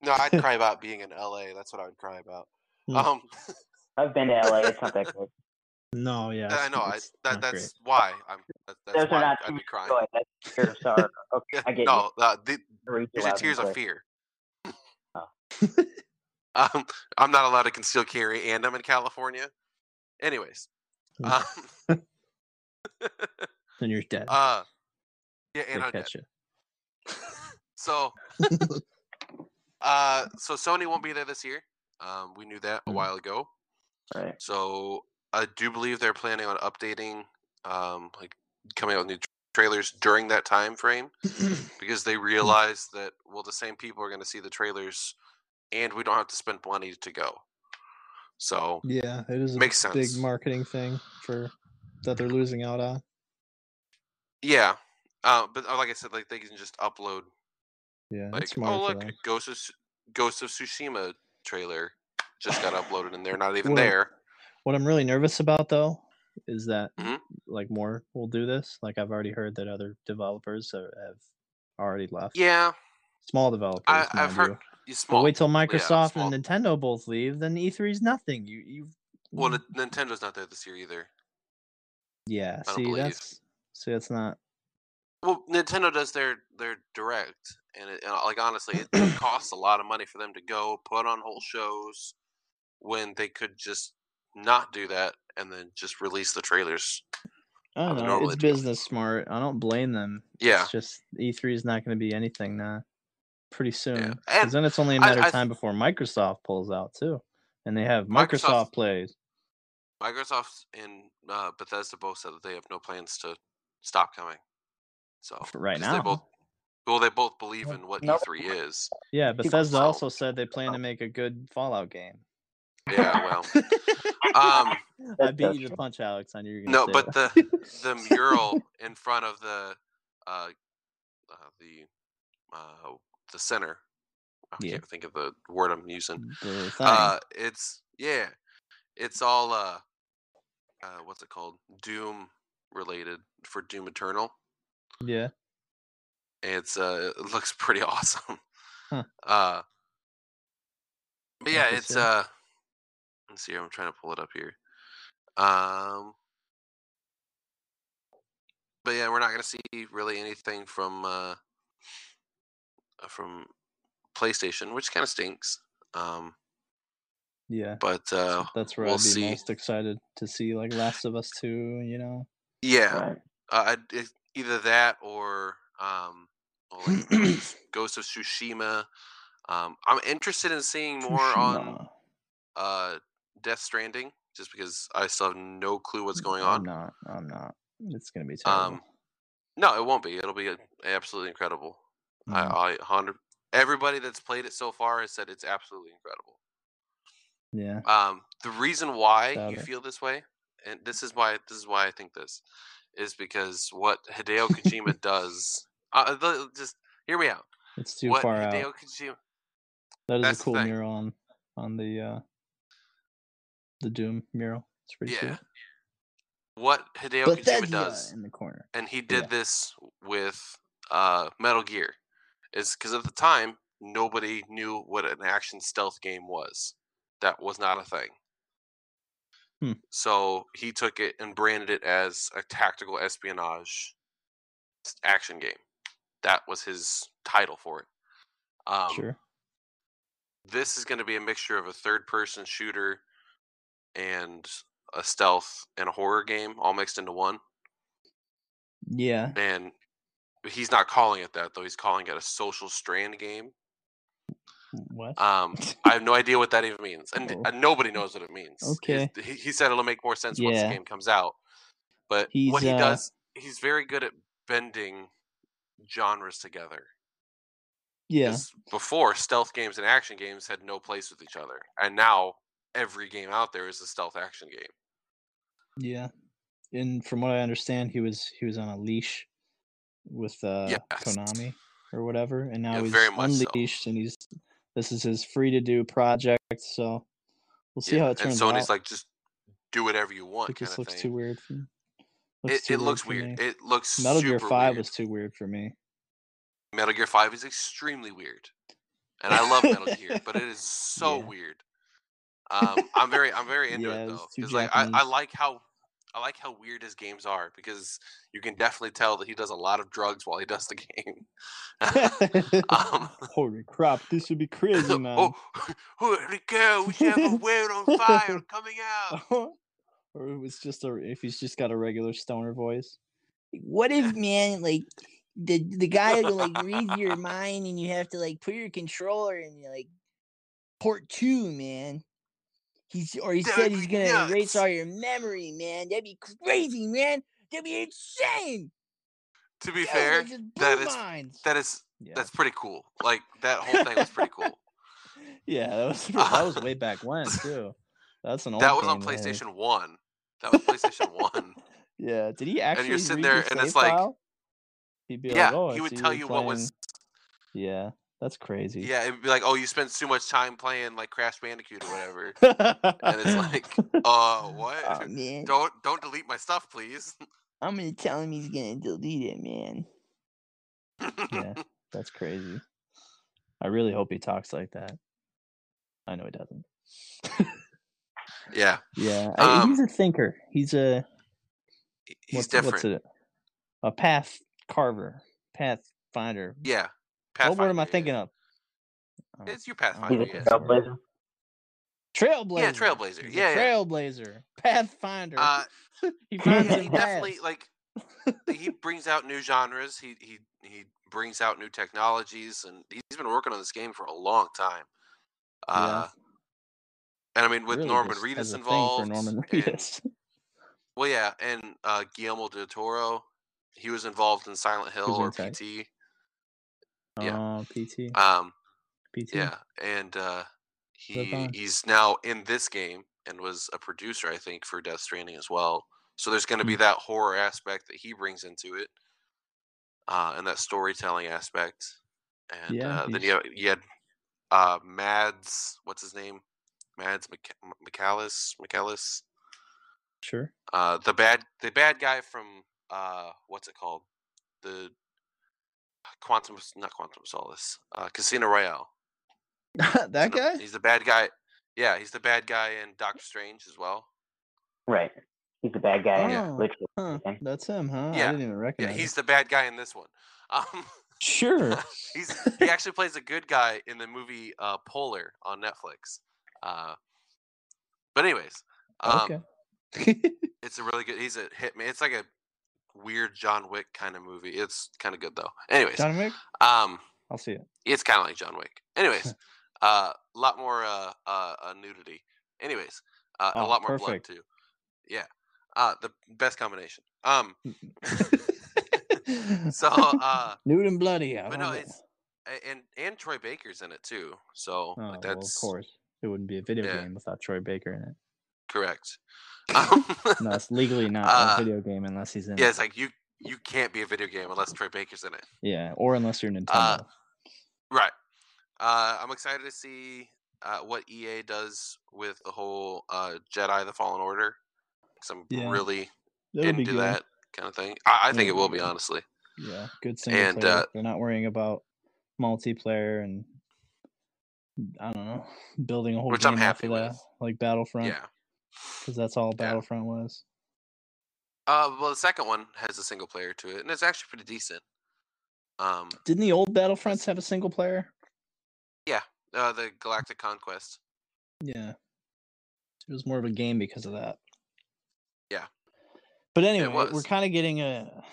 no, I'd cry about being in LA. That's what I would cry about.
Mm.
Hmm.
Um,
I've been to LA. It's not that good.
No, yeah.
I
it's-
know. I,
it's
that,
not
that's
great.
why I'm. That, that's
Those are
why
not
I'd be crying.
Joy, that's pure sorrow. Okay, I get
no, uh, the,
you. Read
these are
loud and
tears of
clear.
fear.
Oh.
um, I'm not allowed to conceal carry, and I'm in California. Anyways,
Mm.
Hmm.
um,
Then you're dead.
uh, yeah,
They
and I'm dead.
catch you.
So, uh, so Sony won't be there this year. Um, we knew that a
Mhm.
while ago.
Right.
So I do believe they're planning on updating, um, like coming out with new tr trailers during that time frame because
Mm-hmm.
they realize that well, the same people are going to see the trailers, and we don't have to spend money to go. So
yeah, it is a
Makes
big
sense.
marketing thing for that they're losing out on.
yeah, uh, but uh, like I said, like they can just upload
Yeah,
like
it's
oh
smart for
look,
them.
Ghost of Tsu- Ghost of Tsushima trailer just got uploaded, and they're not even
Well,
there.
What I'm really nervous about though is that
Mhm.
like more will do this. Like I've already heard that other developers are, have already left.
Yeah,
Small developers.
I, I've
mind
heard.
you.
you
But
small.
wait till Microsoft
small.
and Nintendo both leave, then E3's nothing. You you
well, N- Nintendo's not there this year either.
Yeah,
don't
see
believe.
that's see that's not
Well, Nintendo does their their direct, and, it, and like honestly, it, it costs a lot of money for them to go put on whole shows when they could just not do that and then just release the trailers.
I
How
don't
they
know.
normally
It's
do.
business smart. I don't blame them.
Yeah,
It's just E3 is not going to be anything uh, pretty soon.
yeah.
'Cause
And
then it's only a
I-
matter
I
of
th-
time before Microsoft pulls out too, and they have Microsoft,
Microsoft-
plays.
Microsoft and uh, Bethesda both said that they have no plans to stop coming. So
For right
'cause
now.
Oh, they both well, they both believe
Well,
in what
no.
E3 is.
Yeah, Bethesda
so-
also said they plan to make a good Fallout game.
Yeah, well, um,
I
That's
beat you to
true.
punch, Alex. I knew you were going to
no,
say
but
that.
the the mural in front of the uh, uh the uh the center. I
Yeah.
can't think of the word I'm using.
the thing.
Uh, it's yeah, it's all uh, uh, what's it called? Doom related for Doom Eternal.
yeah,
It's uh, it looks pretty awesome.
Huh.
Uh, but yeah,
Interesting.
it's uh, let's see. here, I'm trying to pull it up here. Um, but yeah, we're not gonna see really anything from uh, uh, from PlayStation, which kind of stinks. Um,
yeah.
but uh,
That's where
we'll
I'd be
see.
most excited to see, like Last of Us Two. You know,
yeah,
Right.
uh, I'd- it, either that or um, well, like Ghost- Ghost of Tsushima. Um, I'm interested in seeing more on
Fukushima.
uh, Death Stranding, just because I still have no clue what's going
I'm
on.
not. I'm not. It's gonna be Mm, oh, terrible.
Um, no, it won't be. It'll be uh, absolutely incredible.
Mhm.
I, I hundred. Everybody that's played it so far has said it's absolutely incredible.
yeah.
Um, the reason why
Doubt
you
it.
feel this way, and this is why this is why I think this, is because what Hideo Kojima does. Uh, the, just hear me out.
It's too
what
far
Hideo
out.
Kojima.
That
that's
is a
the
cool
thing.
mural on on the uh the Doom mural. It's pretty cool.
Yeah. What Hideo Kojima
Bethesda
does,
in the corner.
and he did
yeah.
this with uh, Metal Gear, is because at the time nobody knew what an action stealth game was. That was not a thing.
Hmm.
So he took it and branded it as a tactical espionage s- action game. That was his title for it. Um,
sure.
this is going to be a mixture of a third person shooter and a stealth and a horror game all mixed into one
Yeah.
and he's not calling it that though he's calling it a social strand game
What?
um i have no idea what that even means and
Oh.
uh, nobody knows what it means It's-
Okay.
he, he said it'll make more sense once the
Yeah.
game comes out but
He's,
what he
uh,
does he's very good at bending genres together
yeah.
'Cause Before stealth games and action games had no place with each other, and now every game out there is a stealth action game.
Yeah. And from what I understand, he was he was on a leash with uh
Yes.
Konami or whatever, and now
Yeah,
he's
very much so.
unleashed and he's this is his free to do project, so we'll see
Yeah,
how it turns
and
out.
Sony's like, just do whatever you want.
it just
kinda
looks
thing.
too weird. For,
it,
too
it looks
for
weird.
me.
It looks
Metal Gear
super
Five
weird.
was too weird for me.
Metal Gear Five is extremely weird, and I love Metal Gear, but it is so
Yeah.
weird. Um, I'm very, I'm very into
Yeah,
it
it was
though,
too
because like I, I
Japanese.
like how, I like how weird his games are because you can definitely tell that he does a lot of drugs while he does the game. um,
Holy crap! This would be crazy, man.
oh, holy cow, we should have a world on fire coming out.
or it was just a if he's just got a regular stoner voice. What if man like the the guy
can, like, read your
mind and you have to like put your controller in like port two, man. He's or he
That said would he's be gonna erase nuts. all
your memory, man. That'd be crazy, man. That'd be insane.
To be fair, that is- that is
yeah.
that's pretty cool. Like that whole thing was pretty cool.
yeah, that was that was way back when too. That's an old.
that was on
game, I think.
PlayStation One. That was PlayStation One.
Yeah. Did he actually?
sitting
read
there
your
and it's
save
like-
file? He'd be
yeah,
like, oh, I
he would
see
tell
you're
you what was.
playing-" Yeah, that's crazy.
Yeah, it'd be like, oh, you spent too much time playing like Crash Bandicoot or whatever.
and
it's like, Oh, what?
man,
don't don't delete my stuff, please.
I'm gonna tell him he's gonna delete it, man. Yeah. That's crazy. I really hope he talks like that. I know he doesn't.
yeah.
yeah. I-
Um,
he's a thinker. He's a
He's
what's-
different.
What's it? A path carver, path finder.
Yeah.
What word am I
Pathfinder, yeah.
thinking of? Oh, of?
It's your
He's
Pathfinder.
a
yeah.
trail-
Trailblazer.
Trailblazer.
Yeah, Trailblazer.
He's a
Yeah, yeah.
trailblazer. Pathfinder.
Uh,
he
yeah,
finds
he
his
definitely
path.
like he brings out new genres. He he he brings out new technologies, and he's been working on this game for a long time.
Yeah.
Uh, And I mean, with
Really
Norman
just as
Reedus
a thing
involved,
For Norman
and-
Reedus.
well, yeah, and uh, Guillermo del Toro, he was involved in Silent Hill or
inside.
PT. yeah.
Oh, PT.
Um,
PT.
yeah, and uh, he
on.
he's now in this game and was a producer, I think, for Death Stranding as well. So there's going to be that horror aspect that he brings into it, uh, and that storytelling aspect. And
Yeah,
uh, then
he's-
you, have- you had uh, Mads, what's his name? Mads Mc- McAllis, McAllis,
Sure.
uh, the bad the bad guy from uh, what's it called? The Quantum, not Quantum of Solace, uh, Casino Royale.
that
He's the-
guy?
He's the bad guy. Yeah, he's the bad guy in Doctor Strange as well.
Right. He's the bad guy. in
Yeah.
literally.
Huh.
Okay.
That's him, huh?
Yeah.
I didn't even
Yeah,
recognize.
he's
he's
the bad guy in this one. Um,
sure.
he's he actually plays a good guy in the movie uh, Polar on Netflix. Uh, but anyways, um,
okay.
it's a really good. He's a hitman. It's like a weird John Wick kind of movie. It's kind of good though. Anyways,
John Wick.
um,
I'll see it.
it's kind of like John Wick. Anyways, a uh, lot more uh, uh, uh, nudity. Anyways, uh, and
Oh,
a lot more
perfect.
blood too. Yeah, uh, the best combination. Um, so uh,
nude and bloody. I
but
don't
no,
know.
it's a- and and Troy Baker's in it too.
Oh,
So like,
well,
that's
of course, it wouldn't be a video
yeah.
game without Troy Baker in it.
correct. Um,
No, it's legally not
Uh,
a video game unless he's in
yeah,
it.
it's like you you can't be a video game unless Troy Baker's in it.
Yeah, or unless
Uh,
you're Nintendo.
Right. Uh, I'm excited to see uh, what EA does with the whole uh, Jedi: The Fallen Order. 'cause I'm
Yeah,
really
that would be
into
good.
that kind of thing. I, I think
Yeah.
it will be honestly.
Yeah, good single
And,
player.
uh,
They're not worrying about multiplayer and I don't know building a whole
Which
game
I'm
off
happy
of that,
with.
like Battlefront,
Yeah.
because that's all Battlefront was.
Uh, well, the second one has a single player to it, and it's actually pretty decent. Um,
Didn't the old Battlefronts have a single player?
uh, the Galactic Conquest.
Yeah, it was more of a game because of that.
Yeah.
but anyway, we're
was.
kind of getting a.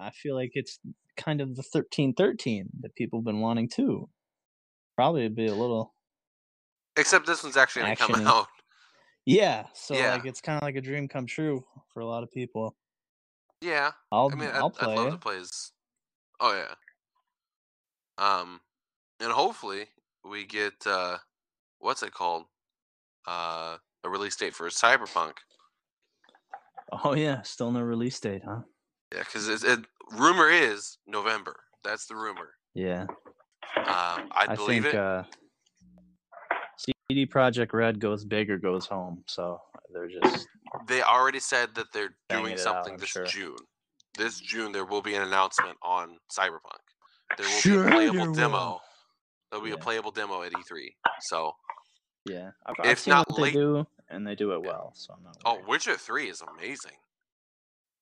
I feel like it's kind of the thirteen thirteen that people have been wanting too. Probably be a little
Except this one's actually going to come
Action.
out.
yeah. So
Yeah.
like it's kind of like a dream come true for a lot of people.
Yeah,
I'll
I mean, I'd,
I'll
I'd
play
love
it.
to play as. Oh yeah. Um, and hopefully we get uh, what's it called? Uh, a release date for Cyberpunk.
Oh yeah, still no release date, huh?
Yeah, because it, it rumor is November. That's the rumor.
Yeah,
Um, I,
I
believe
think
it.
uh, CD Project Red goes big or goes home. So they're just
they already said that they're
Bang
doing
it out,
something
I'm
this
sure.
June. This June there will be an announcement on Cyberpunk. There will
Sure
be a
there
playable
will.
demo. There'll be a
Yeah.
playable demo at E3. So,
yeah. I've,
If
I've seen
not
what
late-
they do, and they do it
Yeah.
well. So I'm not.
oh,
worried.
Witcher 3 is amazing.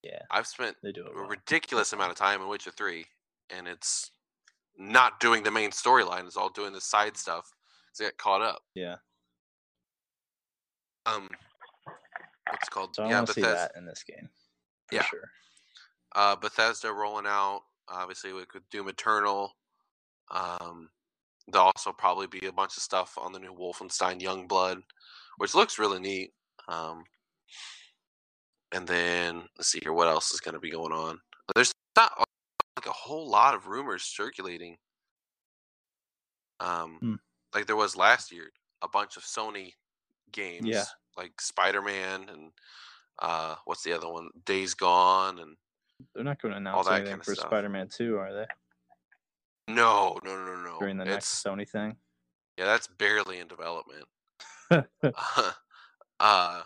Yeah.
I've spent
they do it
a
well.
ridiculous amount of time in Witcher 3 and it's not doing the main storyline, it's all doing the side stuff. So I got caught up.
Yeah.
Um what's it called?
So I
yeah,
want to see
Bethesda.
that in this game. For
Yeah.
sure.
uh, Bethesda rolling out, obviously with, with Doom Eternal. Um, there'll also probably be a bunch of stuff on the new Wolfenstein Youngblood, which looks really neat. Um, and then let's see here, what else is going to be going on? There's not a- like a whole lot of rumors circulating. Um,
Hmm.
like there was last year, a bunch of Sony games,
Yeah.
like Spider Man and uh, what's the other one? Days Gone and
They're not going to announce
that
anything
kinda
for
stuff.
Spider-Man 2, are they?
No, no, no, no.
During the
Oh,
next
it's,
Sony thing.
yeah, that's barely in development. uh, uh,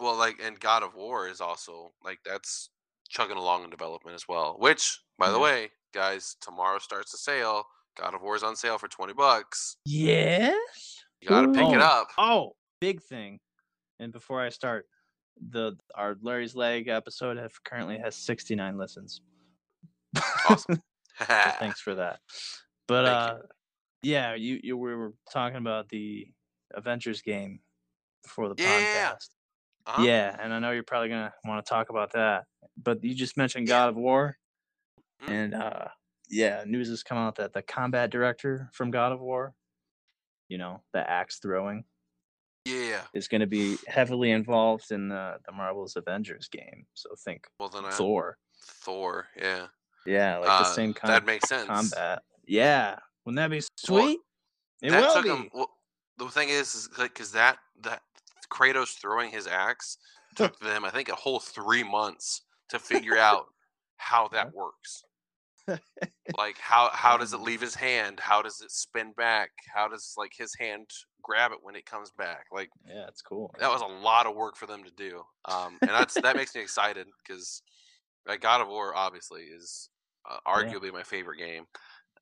well, like, and God of War is also like that's chugging along in development as well. Which, by the
Yeah.
way, guys, tomorrow starts the sale. God of War's on sale for twenty bucks.
Yes.
You gotta pick it
Oh.
up.
Oh, big thing. And before I start, the our Larry's Leg episode have, currently has 69 listens.
Awesome.
So thanks for that. But uh,
Thank
yeah, you, you we were talking about the Avengers game before the
Yeah.
podcast.
Uh-huh.
Yeah, and I know you're probably gonna want to talk about that. But you just mentioned God of War,
Mm.
and uh, yeah, news has come out that the combat director from God of War, you know, the axe throwing,
Yeah.
is going to be heavily involved in the the Marvel's Avengers game. So think
Well then, I, Thor.
Thor.
Yeah.
Yeah, like
Uh,
the same kind
that
of
makes sense.
combat. Yeah, wouldn't that be
Well,
sweet? it
that
will
took
be.
him. Well, the thing is, is like, cause that that Kratos throwing his axe took them, I think, a whole three months to figure out how that works. Like how how does it leave his hand? How does it spin back? How does like his hand grab it when it comes back? Like
Yeah, it's cool.
that was a lot of work for them to do. Um, and that's that makes me excited because like God of War obviously is uh, arguably my favorite game,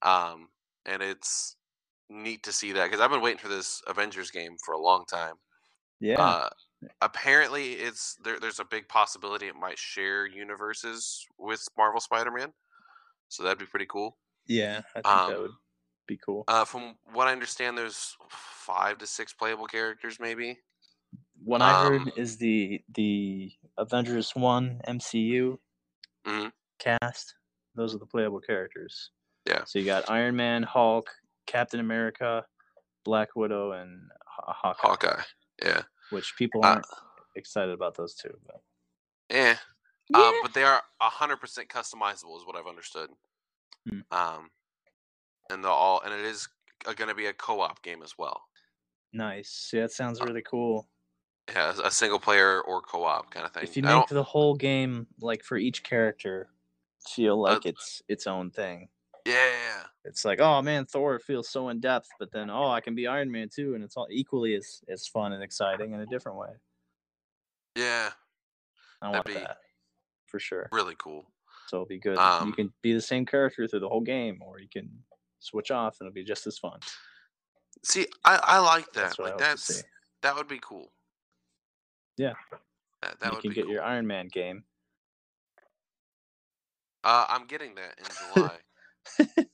um, and it's neat to see that because I've been waiting for this Avengers game for a long time.
yeah.
Uh, apparently, it's there. There's a big possibility it might share universes with Marvel Spider-Man, so that'd be pretty cool.
yeah, I think that
um,
would be cool.
Uh, from what I understand, there's five to six playable characters, maybe.
what I
Um,
heard is the the Avengers One MCU
Mhm.
cast. Those are the playable characters.
Yeah.
So you got Iron Man, Hulk, Captain America, Black Widow, and Haw- Hawkeye,
Hawkeye, yeah.
which people
Uh,
aren't excited about those two. But
Eh. Uh, but they are hundred percent customizable, is what I've understood.
Hmm.
Um, and they'll all and it is going to be a co-op game as well.
nice. Yeah, that sounds really cool.
Yeah, a single player or co-op kind of thing.
If you
I don't-
make the whole game like for each character feel
Uh,
like it's its own thing.
yeah,
It's like, oh man, Thor feels so in depth, but then oh, I can be Iron Man too, and it's all equally as as fun and exciting in a different way.
yeah,
I
That'd
want
be-
that for sure.
really cool.
So it'll be good.
Um,
you can be the same character through the whole game, or you can switch off, and it'll be just as fun.
See, I, I like that.
That's what I
like
hope to
that's
see.
that would be cool.
Yeah.
that,
And
that
you
would
can
be
get
cool.
your Iron Man game.
Uh, I'm getting that in July.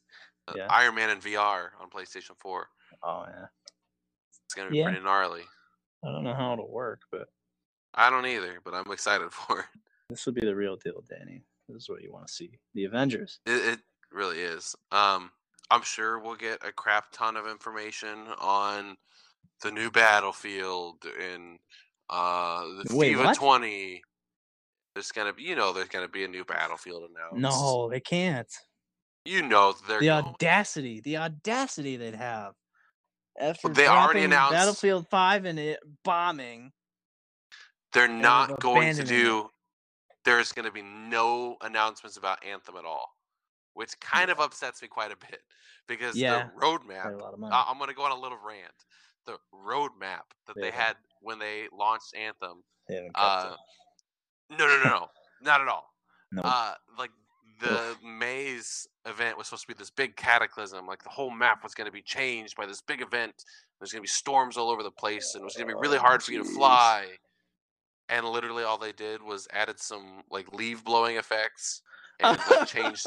Uh,
Yeah.
Iron Man in VR on PlayStation 4.
Oh yeah,
It's gonna be
Yeah.
pretty gnarly.
I don't know how it'll work, but
I don't either, but I'm excited for it.
this will be the real deal, Danny. This is what you want to see. The Avengers.
It, it really is. Um, I'm sure we'll get a crap ton of information on the new Battlefield and uh, the
Wait,
FIFA
what?
20. There's gonna be, you know, there's gonna be a new Battlefield announced.
No, they can't.
you know they're
The
going.
audacity, the audacity they'd have after
they already
dropping
announced-
Battlefield Five and it bombing.
they're not going to
abandoning it.
do. There's gonna be no announcements about Anthem at all, which kind of upsets me quite a bit because
Yeah.
the roadmap
Probably a lot of money.
I- I'm gonna go on a little rant. The roadmap that they
Yeah.
had when they launched Anthem.
They haven't kept
Uh,
it.
no, no, no, no, not at all.
No.
Uh, like the maze event was supposed to be this big cataclysm. Like the whole map was gonna be changed by this big event. There's gonna be storms all over the place, and it was gonna be really
Oh,
hard for you to
jeez.
fly. And literally, all they did was added some like leaf blowing effects and like, changed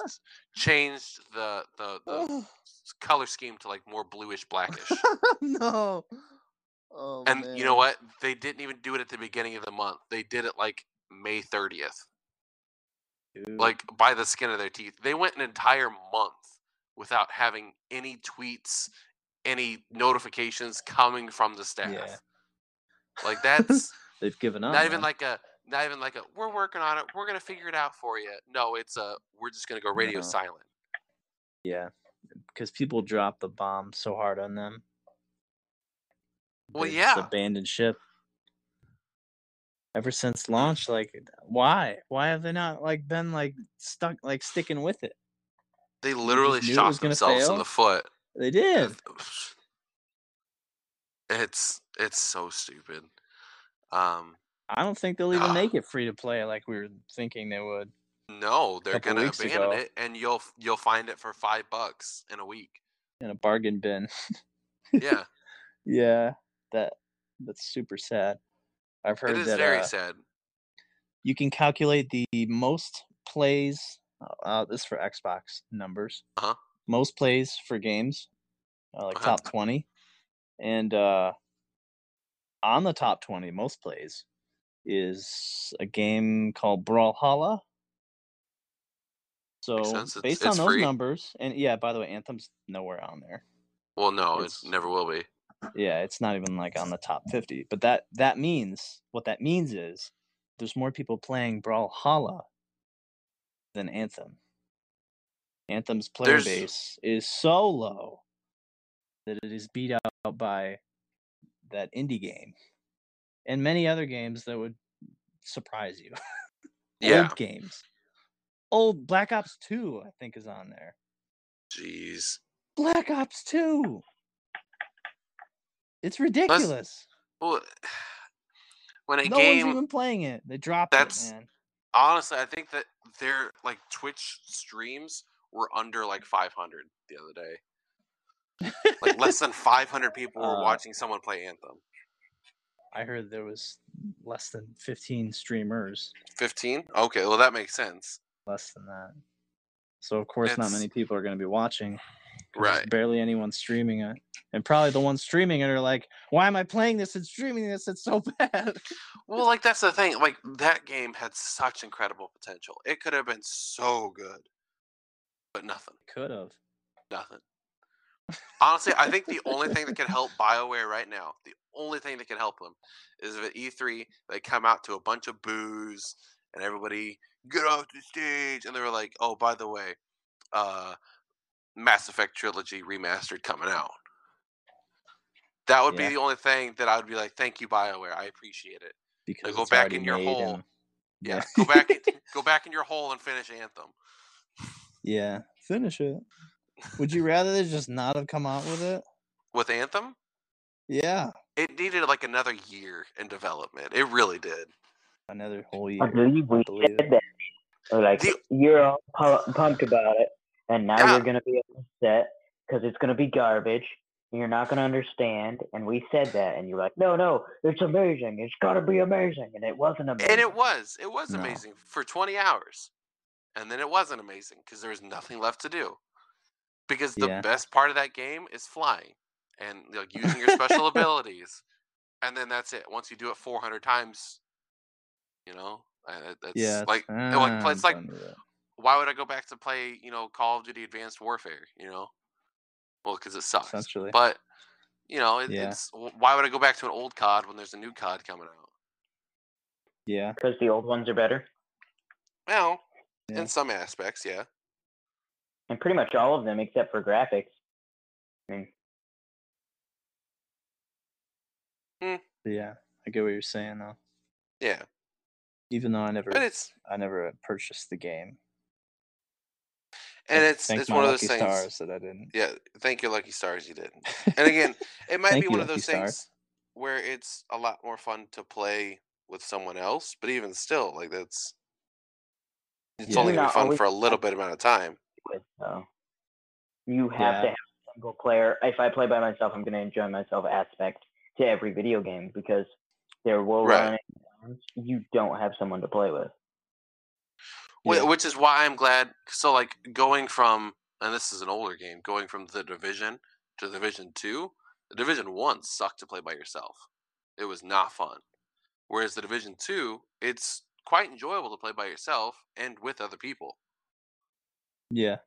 changed the the, the
Oh.
color scheme to like more bluish blackish.
no. Oh,
And you know
man.
what? They didn't even do it at the beginning of the month. They did it like May 30th,
Dude,
like by the skin of their teeth. They went an entire month without having any tweets, any notifications coming from the staff.
Yeah.
Like that's
they've given up.
not even
Oh, man.
like a not even like a we're working on it. We're going to figure it out for you. No, it's a we're just going to go radio
No.
silent.
yeah, because people drop the bomb so hard on them.
Well,
they just uh,
yeah.
abandoned ship. Ever since launch, like, why? Why have they not like been like stuck, like sticking with it?
They literally
knew it
shot
was gonna
themselves in
fail?
the foot.
They did.
It's it's so stupid. Um
I don't think they'll even
Ah.
make it free to play like we were thinking they would.
No, they're
Couple
gonna
weeks
abandon
ago.
it, and you'll you'll find it for five bucks in a week.
in a bargain bin.
Yeah,
yeah, that that's super sad. I've heard
it is
that
very
uh,
sad.
you can calculate the most plays. Uh, this is for Xbox numbers.
Uh-huh.
Most plays for games, uh, like
Uh-huh.
top twenty, and uh, on the top twenty most plays is a game called Brawlhalla. So
sense. It's-
based on
it's
those
free.
numbers, and yeah, by the way, Anthem's nowhere on there.
Well, no, it
It's-
never will be.
Yeah, it's not even like on the top 50. But that that means what that means is there's more people playing Brawlhalla than Anthem. Anthem's player
There's-
base is so low that it is beat out by that indie game and many other games that would surprise you.
Yeah,
Old games. Old Black Ops 2 I think is on there.
jeez.
Black Ops 2. It's ridiculous.
Well, when a
no
game,
one's even playing it. They dropped
That's-
it, man.
honestly, I think that their like Twitch streams were under like 500 the other day. Like less than 500 people were
Uh,
watching someone play Anthem.
I heard there was less than 15 streamers,
15? Okay, well that makes sense.
less than that. So of course, not
That's-
many people are going to be watching. 'cause there's
Right.
Barely anyone streaming it, and probably the ones streaming it are like, "Why am I playing this and streaming this? It's so bad."
Well, like that's the thing. Like that game had such incredible potential. It could have been so good, but nothing.
Could have.
Nothing. Honestly, I think the only thing that could help BioWare right now, the only thing that could help them, is if at E3 they come out to a bunch of boos and everybody get off the stage, and they were like, "Oh, by the way, uh, Mass Effect Trilogy remastered coming out." That would
Yeah.
be the only thing that I would be like, "Thank you, BioWare. I appreciate it."
Because
go
it's
back
already
in your
made
hole.
and-
Yeah, go back, in- go back in your hole and finish Anthem.
yeah. Finish it. Would you rather they just not have come out with it?
With Anthem,
Yeah.
it needed like another year in development. It really did.
Another whole
I
year.
believe we
believe
did that. We're like,
The-
you're all pu- pumped about it, and now
Yeah.
you're going to be upset because it's going to be garbage, and you're not going to understand. And we said that, and you're like, no, no, it's amazing. It's got to be amazing. And it wasn't amazing.
And it was, it was
No.
amazing for 20 hours. And then it wasn't amazing because there was nothing left to do. Because the
Yeah.
best part of that game is flying and like using your special abilities. And then that's it. Once you do it 400 times, you know, uh, that- that's
Yeah.
like,
it's- ah,
like, it's
I'm
like-
done with it.
why would I go back to play, you know, Call of Duty Advanced Warfare, you know? Well, because it sucks.
Essentially.
But, you know, it,
Yeah.
it's wh- why would I go back to an old COD when there's a new COD coming out?
yeah.
because the old ones are better.
Well,
Yeah.
in some aspects, yeah.
And pretty much all of them, except for graphics. I mean,
Yeah. I get what you're saying though.
Yeah.
Even though I never
But it's,
I never purchased the game.
and
I
it's
thank
it's
my
one of those
lucky
things.
stars that I didn't.
Yeah, thank your lucky stars you did. And again, it might
Thank
be
you,
one of
lucky
those
star.
things where it's a lot more fun to play with someone else, but even still, like that's it's
Yeah.
only
You're
gonna be
not
fun
always
for a little
fun.
bit amount of time.
with, so you have to
Yeah.
have a single player. If I play by myself, I'm going to enjoy myself aspect to every video game because there will
Right.
run into times you don't have someone to play with.
Wh-
Yeah.
Which is why I'm glad. So like going from and this is an older game, going from the division to division two, the division one sucked to play by yourself. It was not fun. Whereas the division two, it's quite enjoyable to play by yourself and with other people.
Yeah.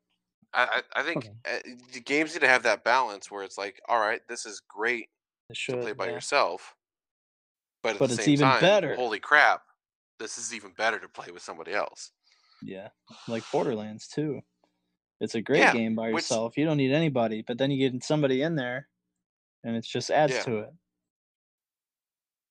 I, I I think
Okay.
uh, the games need to have that balance where it's like, all right, this is great
I
to
should,
play by
yeah.
yourself, but at
But
the
it's
same
even
time,
better.
holy crap, this is even better to play with somebody else.
Yeah. Like Borderlands too. It's a great
Yeah,
game by
which-
yourself. You don't need anybody, but then you get somebody in there and it just adds
Yeah.
to it.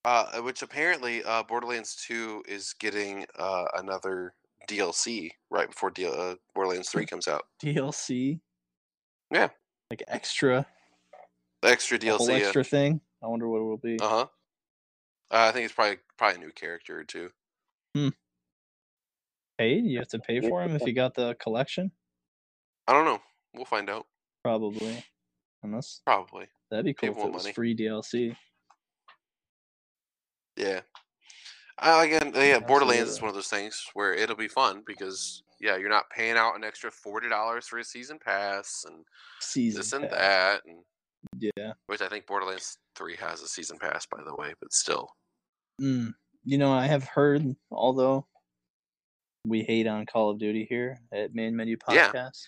Uh, which apparently, uh, Borderlands Two is getting uh, another DLC right before D- uh, Borderlands
Hmm.
Three comes out.
DLC.
Yeah.
Like extra
The extra
a whole
DLC,
extra thing. I wonder what it will be.
uh huh. Uh, I think it's probably probably a new character or two.
paid? You have to pay for them if you got the collection?
I don't know. We'll find out.
Probably. Unless
Probably.
that'd be cool
People
if it
want
was
money.
free DLC.
Yeah. I again, yeah. Borderlands is
Absolutely.
one of those things where it'll be fun because yeah, you're not paying out an extra forty dollars for a season pass and
Season.
this and
pass.
that, and
Yeah.
which I think Borderlands Three has a season pass, by the way. But still,
Mm. You know, I have heard, although we hate on Call of Duty here at Main Menu
Yeah.
Podcast,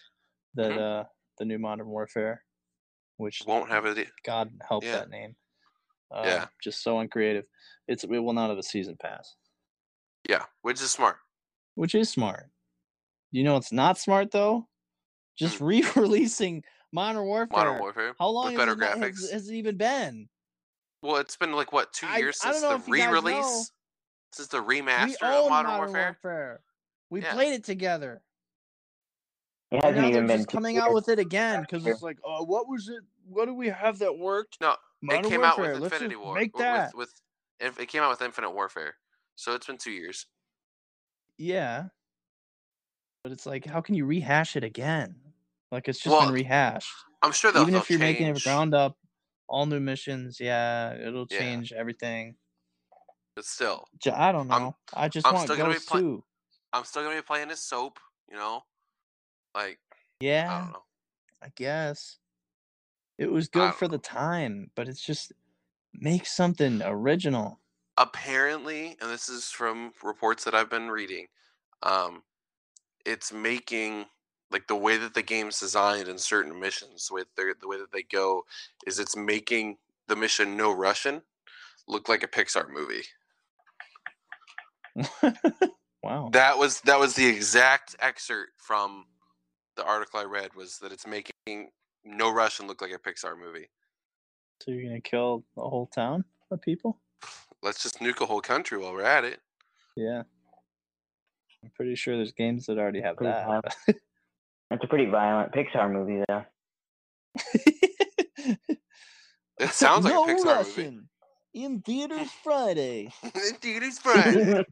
that
Mhm.
uh, the new Modern Warfare, which
won't have it.
God help
Yeah.
that name, uh,
Yeah.
just so uncreative. It's it will not have a season pass,
Yeah, which is smart.
which is smart. You know, it's not smart though. Just re-releasing Modern Warfare.
Mm. Modern Warfare.
How long
better
has, it not- has-
graphics.
has it even been?
Well, it's been like what two
I-
years
I don't
since
know
the
if you guys know.
re-release, since the
we
remaster
own
of Modern Warfare.
We
Yeah.
played it together.
It
And
hasn't
now they're
even been
just
two
coming
years.
out with it again because
Yeah.
it's like, oh, what was it? What do we have that worked?
No, it
Modern
came out
Warfare,
with
let's
Infinity
just
War.
Make
w-
that.
With, with inf- it came out with Infinite Warfare, so it's been two years.
Yeah. But it's like, how can you rehash it again? Like it's just
Well,
been rehashed.
I'm sure they'll
Even
they'll
if you're making it
change,
from ground up, all new missions, yeah, it'll
Yeah.
change everything.
but still,
J- I don't know.
I'm-
I just
I'm
want
still gonna be
Ghost
play-
2.
I'm still gonna be playing this soap. You know, like
Yeah.
I don't know.
I guess. It was
Oh. I
good
don't
for the time, but it's just make something original.
Apparently, and this is from reports that I've been reading, um, it's making like the way that the game's designed in certain missions, with their, the way that they go, is it's making the mission no Russian look like a Pixar movie.
wow.
That was that was the exact excerpt from the article I read was that it's making no Russian look like a Pixar movie.
so you're gonna kill the whole town of people?
Let's just nuke a whole country while we're at it.
Yeah. I'm pretty sure there's games that already have
Pretty
that.
wild. It's a pretty violent Pixar movie, though.
It sounds like
no
a Pixar movie.
Russian in theaters Friday.
Dude, friend.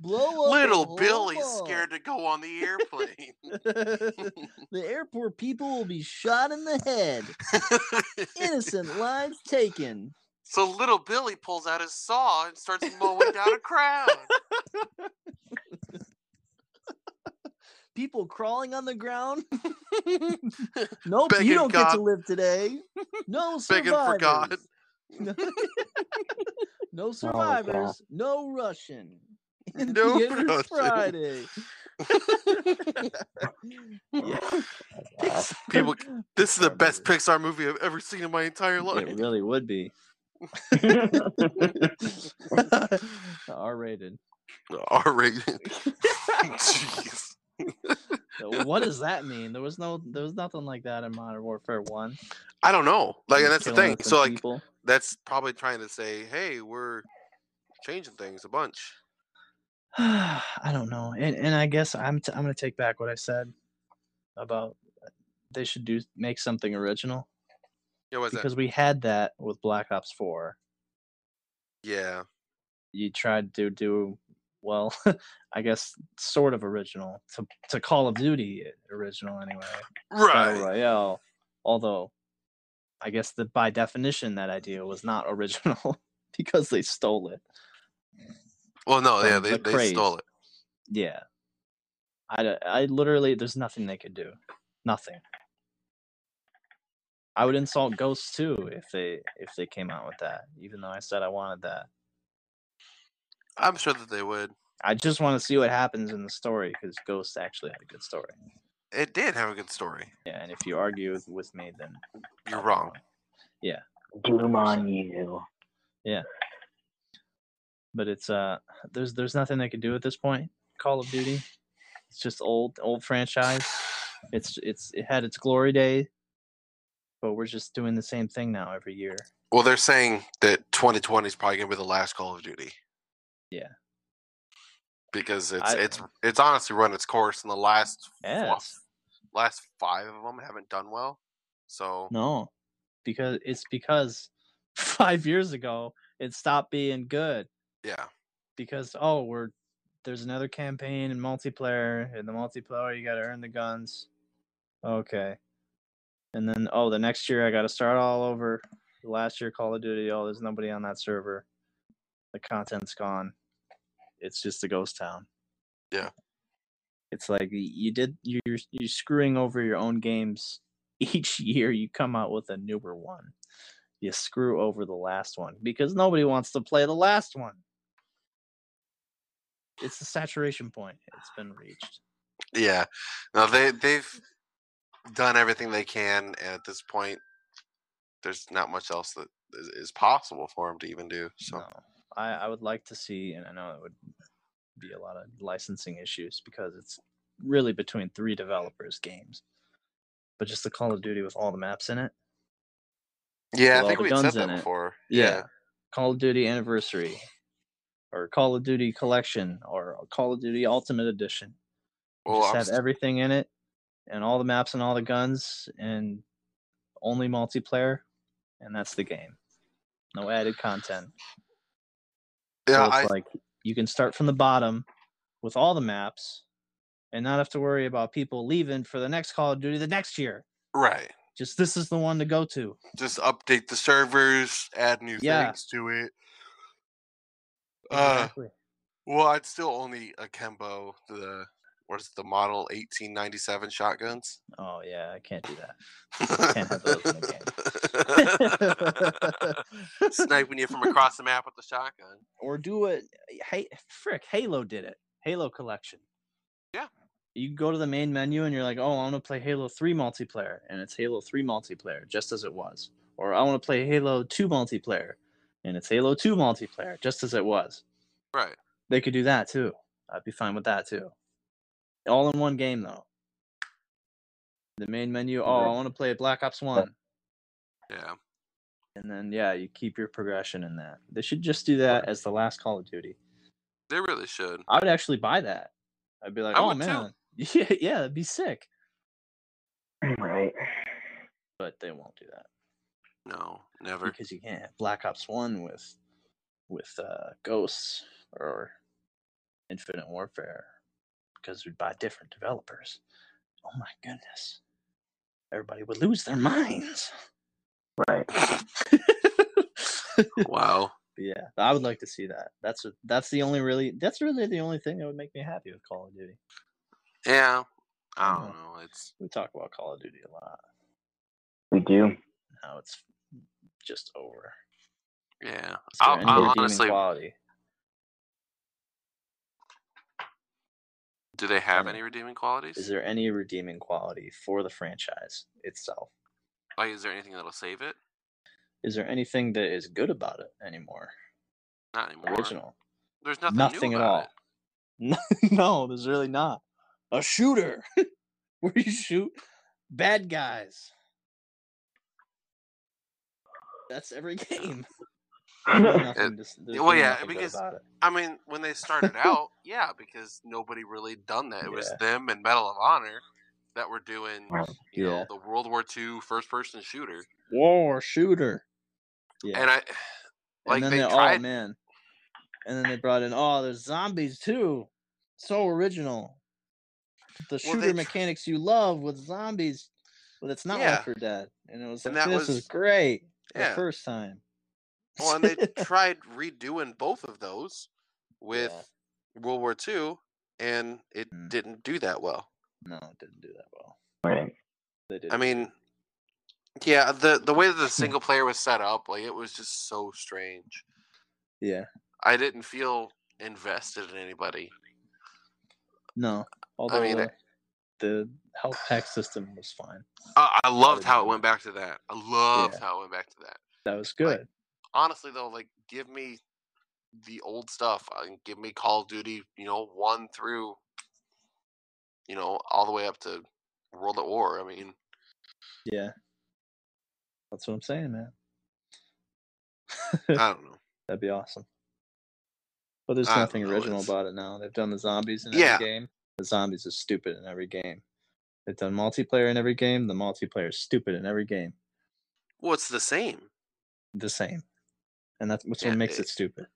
Blow up the
Little Billy's
whole
scared to go on the airplane.
mall. the airport people will be shot in the head. Innocent lives taken.
so little Billy pulls out his saw and starts mowing down a crowd.
People crawling on the ground. nope,
Begging
you don't get
God-
to live today. No survivors.
Begging for God.
No survivors. no Russian. In
No
theaters Friday.
Russian.
Yeah.
People- This is the
Pixar
best
movie.
Pixar movie I've ever seen in my entire life.
It really would be R rated.
R rated. Jeez.
What does that mean? There was no, there was nothing like that in Modern Warfare One.
I don't know. Like, and that's the
Killing
thing.
innocent
So, like,
people.
that's probably trying to say, hey, we're changing things a bunch.
I don't know, and and I guess I'm t- I'm gonna take back what I said about they should do make something original
Yeah, what's
because
that?
we had that with Black Ops Four.
Yeah,
You tried to do well, I guess sort of original to to Call of Duty original anyway. Battle
right.
Royale, although I guess that by definition that idea was not original because they stole it.
Well, no, yeah,
Um,
they,
the
they
craze.
stole it.
Yeah. I, d- I literally, there's nothing they could do. Nothing. I would insult Ghosts too if they if they came out with that, even though I said I wanted that.
I'm sure that they would.
I just want to see what happens in the story because Ghosts actually had a good story.
It did have a good story.
Yeah, and if you argue with, with me, then
You're
I'll be
wrong.
Uh, Doom on you.
But it's uh, there's there's nothing they could do at this point. Call of Duty, it's just old old franchise. It's it's it had its glory day, but we're just doing the same thing now every year.
Well, they're saying that 2020 is probably gonna be the last Call of Duty.
Yeah.
Because it's
I-
it's it's honestly run its course, and the last f-
Yes.
last five of them haven't done well. So
No, because it's because five years ago it stopped being good
yeah,
because oh we're there's another campaign and multiplayer. In the multiplayer, you got to earn the guns. Okay. And then, oh, the next year I got to start all over. Last year, Call of Duty, oh, there's nobody on that server. The content's gone. It's just a ghost town.
Yeah.
It's like y- you did, you're, you're screwing over your own games each year you come out with a newer one. You screw over the last one because nobody wants to play the last one. It's the saturation point. It's been reached.
Yeah. No, they they've done everything they can, and at this point, there's not much else that is, is possible for them to even do. So
No. I, I would like to see, and I know it would be a lot of licensing issues because it's really between three developers' games. But just the Call of Duty with all the maps in it. With
yeah, I
all
think
the
we said
guns
that
in it.
before.
Call of Duty Anniversary or Call of Duty Collection or Call of Duty Ultimate Edition.
Well,
just
I'm
have
st-
everything in it and all the maps and all the guns and only multiplayer and that's the game no added content
yeah,
so it's
I,
like you can start from the bottom with all the maps and not have to worry about people leaving for the next call of duty the next year
right.
just this is the one to go to
Just update the servers, add new
Yeah. Mm-hmm.
things to it. Uh,
Exactly.
well, I'd still only akembo the what's the model 1897 shotguns.
oh yeah i can't do that
Can't
have those in
Sniping you from across the map with the shotgun.
or do it. Hey, frick, Halo did it. Halo Collection.
Yeah.
You go to the main menu and you're like, oh, I want to play Halo 3 multiplayer. And it's Halo 3 multiplayer, just as it was. Or I want to play Halo 2 multiplayer. And it's Halo 2 multiplayer, just as it was.
Right.
They could do that too. I'd be fine with that too. All in one game, though. The main menu, oh, I
Right.
want to play Black Ops 1
Yeah.
and then yeah, you keep your progression in that. They should just do that as the last Call of Duty.
They really should.
I would actually buy that. I'd be like,
I
oh
would too."
man, yeah, yeah, that'd be sick.
Right.
But they won't do that
No, never.
because you can't have Black Ops One with with uh, ghosts or Infinite Warfare because we'd buy different developers. Oh my goodness, everybody would lose their minds.
Right.
wow.
yeah, I would like to see that. That's what- that's the only really that's really the only thing that would make me happy with Call of Duty.
Yeah. I
I
don't
know.
know. It's
we talk about Call of Duty a lot.
We do.
Now it's just over.
yeah.
Is there
I'll-
any
I'll
redeeming
honestly-
quality?
Do they have
know.
any redeeming
Is
qualities?
there any redeeming quality for the franchise itself?
Like, is there anything that'll save it?
Is there anything that is good about it anymore?
Not anymore.
Original?
There's nothing,
Nothing
new
at
about
all. no, there's really not. A shooter where you shoot bad guys. That's every game. There's nothing to s- there's
well,
really
yeah,
nothing good
because-
about it.
it. I mean, when they started out, yeah, because nobody really done that. It was
Yeah.
them and Medal of Honor that were doing,
Right.
you
Yeah.
know, the World War II first person shooter.
war shooter. Yeah.
And I,
and
like,
then
they
they-
tried-
oh man, and then they brought in oh there's zombies too, so original. The
Well,
shooter
they tr-
mechanics you love with zombies, but it's not
Yeah.
Left 4 Dead, and it was
And
like
that
this
was-
is great
yeah.
the first time.
well, and they tried redoing both of those with World War II, and it
Mm.
didn't do that well.
no, it didn't do that well.
Right.
They did.
I mean, yeah, the the way that the single player was set up, like it was just so strange.
yeah,
I didn't feel invested in anybody.
no. Although
mean,
uh,
I-
the health pack system was fine.
Oh, I, I loved
did
how it
not.
went back to that. I loved how it went back to that.
That was good.
Honestly, though, like give me the old stuff. uh, and give me Call of Duty, you know, one through, you know, all the way up to World at War. I mean,
yeah, that's what I'm saying, man.
I don't know.
That'd be awesome. But there's
I don't
nothing
know,
original
it's-
about it now. They've done the zombies in
Yeah.
every game. The zombies are stupid in every game. They've done multiplayer in every game. The multiplayer is stupid in every game.
Well, it's the same.
The same. And that's which
Yeah,
what makes
it-
it stupid.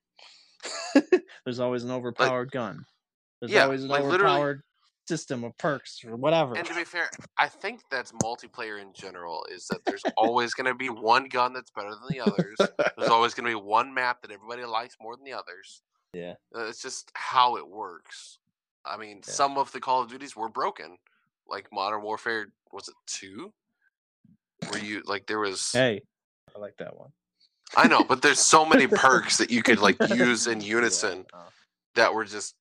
there's always an overpowered gun. There's
Yeah,
always an
like, literally-
overpowered system of perks or whatever.
And to be fair, I think that's multiplayer in general is that there's always going to be one gun that's better than the others. There's always going to be one map that everybody likes more than the others.
Yeah.
Uh, It's just how it works. I mean,
Yeah.
some of the Call of Duties were broken. Like Modern Warfare, was it 2? Where you, like, there was.
hey, I like that one.
I know, but there's so many perks that you could, like, use in unison
Yeah, uh,
that were just.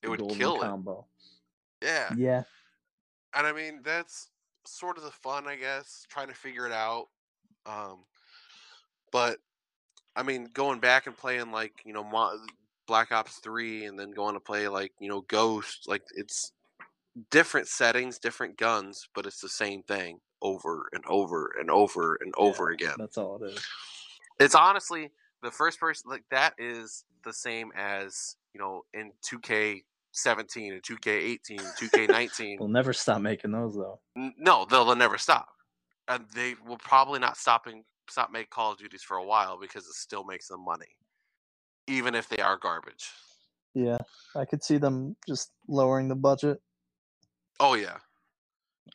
It
the
would
golden
kill it.
combo.
Yeah.
Yeah,
and I mean that's sort of the fun, I guess, trying to figure it out. Um, but I mean, going back and playing like you know Mo- Black Ops Three, and then going to play like you know Ghost, like it's different settings, different guns, but it's the same thing over and over and over and over again.
that's all it is.
It's honestly the first person like that is the same as you know in 2K. 17 and 2K18, 2K19.
We'll never stop making those though.
N- No, they'll, they'll never stop. And they will probably not stopping stop make Call of Duties for a while because it still makes them money, even if they are garbage.
Yeah, I could see them just lowering the budget.
Oh yeah,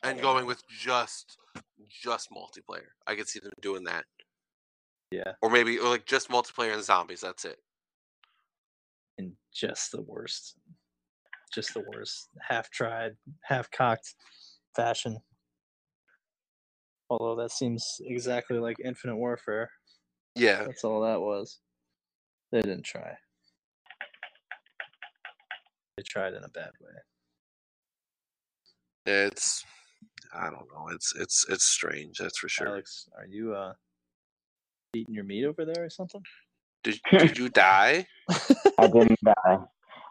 and
Yeah.
going with just just multiplayer. I could see them doing that,
Yeah,
or maybe or like just multiplayer and zombies. That's it.
and just the worst, just the worst, half tried, half cocked fashion. Although that seems exactly like Infinite Warfare.
Yeah,
That's all that was. They didn't try. They tried in a bad way.
it's I don't know. It's it's it's strange. That's for sure.
Alex, are you uh eating your meat over there or something?
Did, did you die?
I didn't die.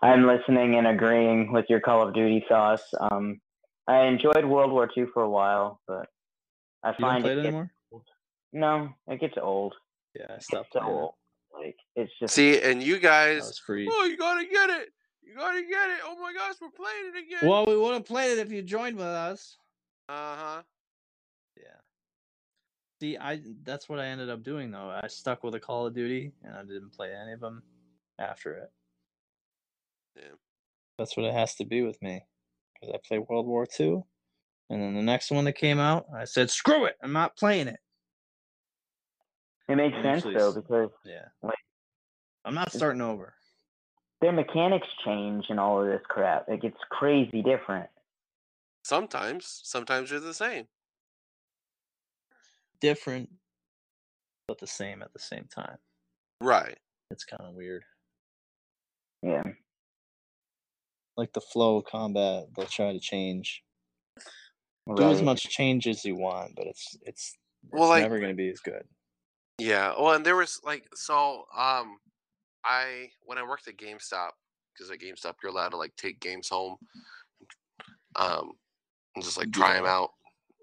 I'm listening and agreeing with your Call of Duty thoughts. Um, I enjoyed World War II for a while, but I
You don't
find
play it
gets-
anymore?
no, it gets old.
Yeah, I
It gets
stopped
so
playing. it.
old. Like it's just
See, and you
I
guys.
was free.
Oh, you gotta get it. You gotta get it. Oh my gosh, we're playing it again.
Well, we would have played it if you joined with us.
Uh huh.
Yeah. See, I that's what I ended up doing though. I stuck with a Call of Duty and I didn't play any of them after it.
Yeah.
That's what it has to be with me. Cuz I played World War II and then the next one that came out, I said, "Screw it. I'm not playing it."
it makes sense
Actually,
though
it's-
because
Yeah.
Like-
I'm not starting over.
their mechanics change and all of this crap. It gets crazy different.
Sometimes, sometimes they're the same.
Different but the same at the same time.
Right.
It's kind of weird.
Yeah.
Like the flow of combat, they'll try to change do as
Right.
much change as you want, but it's it's it's
Well, like-
never gonna be as good.
Yeah. Well, and there was like so. Um, I when I worked at GameStop because at GameStop you're allowed to like take games home, um, and just like try them out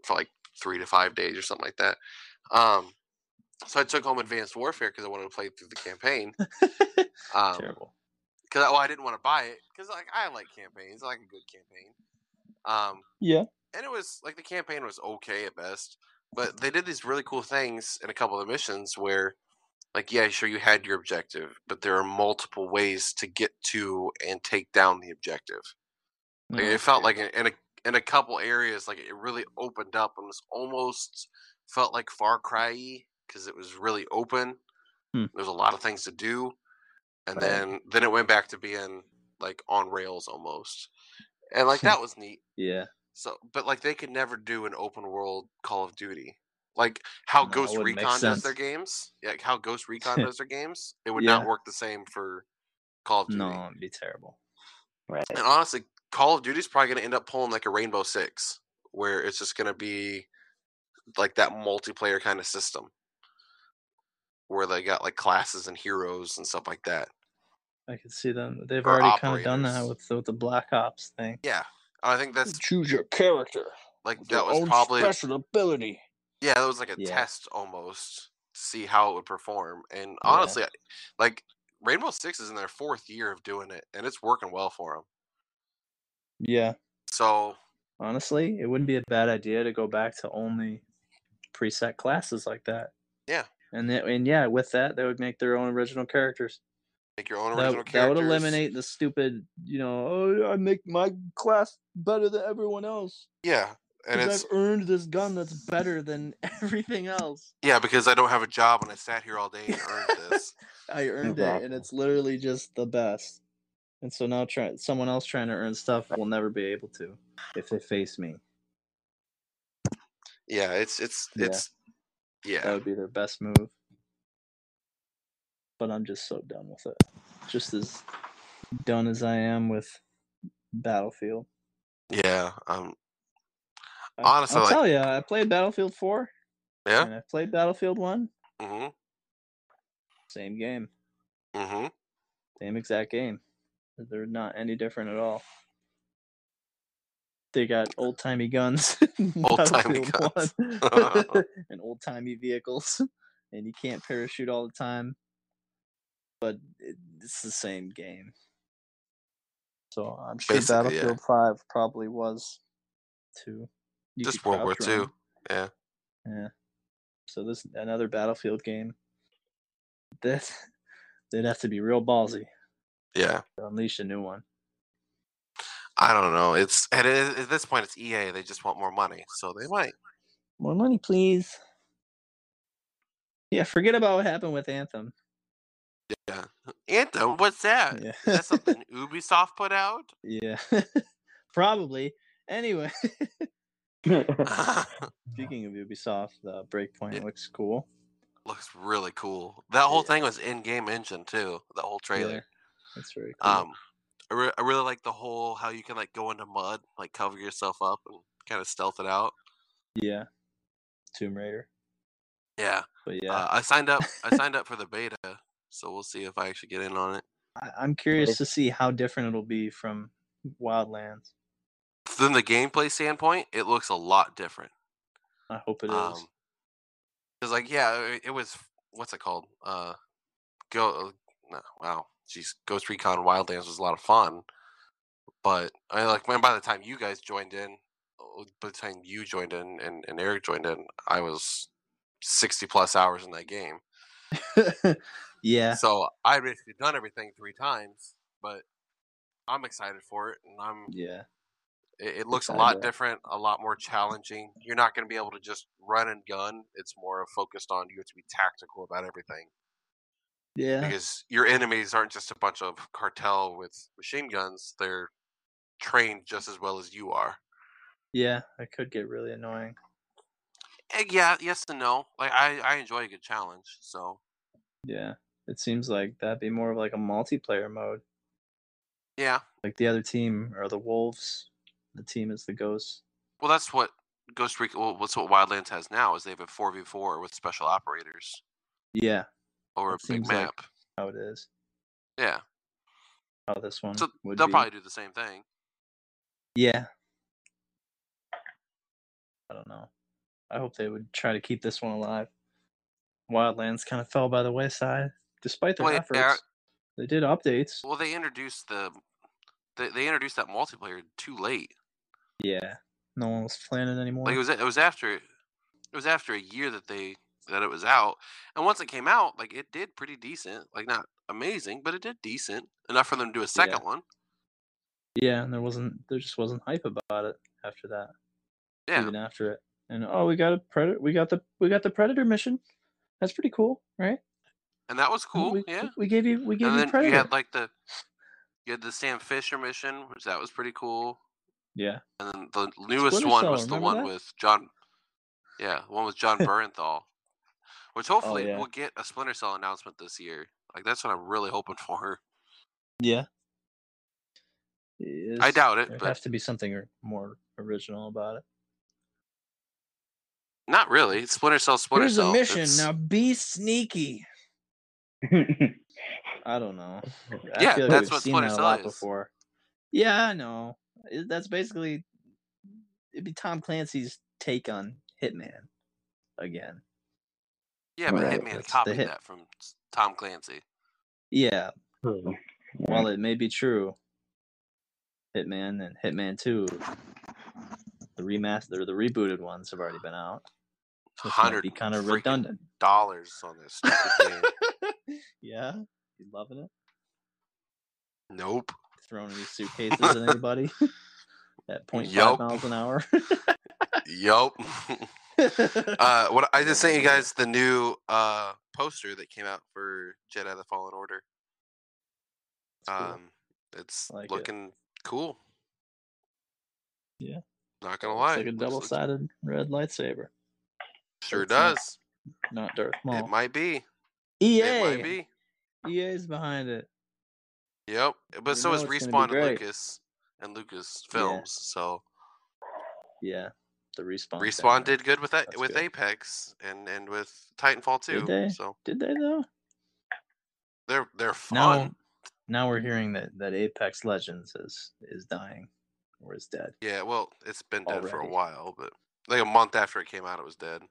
for like three to five days or something like that. Um, so I took home Advanced Warfare because I wanted to play through the campaign. Um,
Terrible.
because oh, I didn't want to buy it because like I like campaigns, I like a good campaign. Um,
Yeah.
and it was like the campaign was okay at best, but they did these really cool things in a couple of the missions where, like, yeah, sure you had your objective, but there are multiple ways to get to and take down the objective. Like, it felt like in, in a in a couple areas, like it really opened up and was almost felt like Far Cry because it was really open.
Hmm.
There's a lot of things to do, and
Right.
then then it went back to being like on rails almost, and like that was neat.
Yeah.
So, but like they could never do an open world Call of Duty. Like how
No, it
Ghost
wouldn't make
Recon does their
sense.
games, yeah, like how Ghost Recon does their games, it would not
Yeah.
work the same for Call of Duty.
No, it'd be terrible.
Right.
And honestly, Call of Duty's probably gonna end up pulling like a Rainbow Six, where it's just gonna be like that multiplayer kind of system, where they got like classes and heroes and stuff like that.
I could see them. They've
Or
already kind of done that
operators.
with the, with the Black Ops thing.
Yeah, I think that's
Choose your character.
like
with
that
your
was
own
probably
special ability.
yeah, that was like a
Yeah.
test almost to see how it would perform. And
Yeah.
honestly, I- like Rainbow Six is in their fourth year of doing it, and it's working well for them.
Yeah.
So
Honestly, it wouldn't be a bad idea to go back to only preset classes like that.
Yeah.
And that, and yeah, with that, they would make their own original characters.
Make your own original
That,
characters.
that would eliminate the stupid, you know, oh, I make my class better than everyone else.
Yeah, and
Because
it's
I've earned this gun that's better than everything else.
yeah because I don't have a job and I sat here all day and earned this.
I earned it, and
Exactly.
it's literally just the best. And so now, try someone else trying to earn stuff will never be able to if they face me.
Yeah, it's it's
Yeah.
it's yeah.
That would be their best move. But I'm just so done with it. Just as done as I am with Battlefield.
Yeah. Um.
I,
Honestly,
I'll
like-
tell you, I played Battlefield 4.
Yeah?
And I played Battlefield 1.
Mhm.
Same game.
Mhm.
Same exact game. They're not any different at all. They got old timey guns, in
Old-timey
Battlefield
guns.
1, and old timey vehicles, and you can't parachute all the time. But it, it's the same game. So I'm sure
Basically, yeah.
Battlefield Five probably was too. You
Just
could
World War
crouch
Two.
run.
Yeah.
Yeah. So this another Battlefield game. This they'd have to be real ballsy
Yeah.
to unleash a new one.
I don't know. It's at, at this point it's EA. They just want more money, so they might.
More money, please. Yeah, forget about what happened with Anthem.
Yeah. Anthem. What's that?
Yeah.
Is that something Ubisoft put out?
yeah. Probably. Anyway, speaking of Ubisoft, the Breakpoint
Yeah.
looks cool.
Looks really cool. That whole
Yeah.
thing was in-game engine too. The whole trailer.
Yeah, that's very cool.
Um, I, re- I really like the whole how you can like go into mud, like cover yourself up and kind of stealth it out.
yeah. Tomb Raider.
Yeah,
But yeah,
Uh, I signed up. I signed up for the beta, so we'll see if I actually get in on it.
I, I'm curious to see how different it'll be from Wildlands.
From the gameplay standpoint, it looks a lot different.
I hope it is.
Um, because like yeah, it, it was what's it called? Uh, go. No, wow, jeez, Ghost Recon Wildlands was a lot of fun, but I like when by the time you guys joined in, uh, by the time you joined in and, and Eric joined in, I was sixty plus hours in that game. Um,
yeah.
So I basically done everything three times, but I'm excited for it, and I'm
Yeah.
it, it looks a
Excited
lot
about it.
different, a lot more challenging. You're not going to be able to just run and gun. It's more focused on you have to be tactical about everything
Yeah.
because your enemies aren't just a bunch of cartel with machine guns. They're trained just as well as you are.
Yeah. That could get really annoying.
Eh, yeah, yes and no. Like I, I enjoy a good challenge. So
Yeah. It seems like that'd be more of like a multiplayer mode.
yeah,
like the other team are the wolves the team is the ghosts
well that's what Ghost Recon. Well, what's what Wildlands has now is they have a four v four with special operators
yeah
over a
It
big
seems like-
map.
how it is
Yeah.
how this one
So
would
they'll
be.
probably do the same thing.
yeah i don't know i hope they would try to keep this one alive wildlands kind of fell by the wayside despite their
Well, yeah,
efforts they did updates
Well, they introduced the they, they introduced that multiplayer too late.
yeah no one was playing it anymore
Like it was it was after it was after a year that they that it was out, and once it came out, like it did pretty decent. Like not amazing, but it did decent enough for them to do a second one.
yeah and there wasn't there just wasn't hype about it after that
Yeah,
even after it and oh we got a predator we got the we got the predator mission that's pretty cool right
and that was cool.
we,
yeah,
we gave you we gave
and
you
then
predator
you had like the you had the Sam Fisher mission, which that was pretty cool.
Yeah.
And then the newest
Splinter
one
Cell,
was the
remember
one
that?
with John. Yeah, the one with John Bernthal, which hopefully
Oh, yeah.
we'll get a Splinter Cell announcement this year. Like that's what I'm really hoping for.
Yeah.
I doubt it,
There
but
has to be something or- more original about it.
not really. Splinter Cell, Splinter
Here's
Cell.
a mission.
it's-
Now be sneaky. I don't know. I
Yeah,
feel like
that's
we've
what
seen
Splinter
that a
Cell
lot
is.
before. Yeah, I know. It- That's basically it'd be Tom Clancy's take on Hitman again.
yeah, but
Right,
Hitman
that's the
copied
hit.
that from s- Tom Clancy.
Yeah,
Well,
while it may be true, Hitman and Hitman Two, the remaster, the rebooted ones have already been out. This might
Hundred
be kind of
freaking
redundant.
dollars on this stupid game.
yeah, you loving it?
Nope.
throwing any suitcases at anybody at 0.5
Yup.
miles an hour.
Yup. uh, what I just sent you guys the new uh poster that came out for Jedi: The Fallen Order.
cool.
Um, it's
I like it.
looking cool.
Yeah.
Not gonna
Looks
lie,
like a
looks-
double
looks-
sided red lightsaber,
Sure
it's not-
does.
not Darth
It
Maul.
might be.
EA!
It might be.
EA's behind it.
Yep. But
You
so is
know it's gonna be
Respawn and
great.
Lucas and Lucas Films. So
Yeah, the respawn.
Respawn
family.
did good with that
That's
with
good.
Apex and and with Titanfall
Did
too.
they?
So
Did they though?
they're they're
Now,
fun.
now we're hearing that that Apex Legends is is dying or is dead.
Yeah. Well, it's been dead for a
Already.
while, but like a month after it came out, it was dead.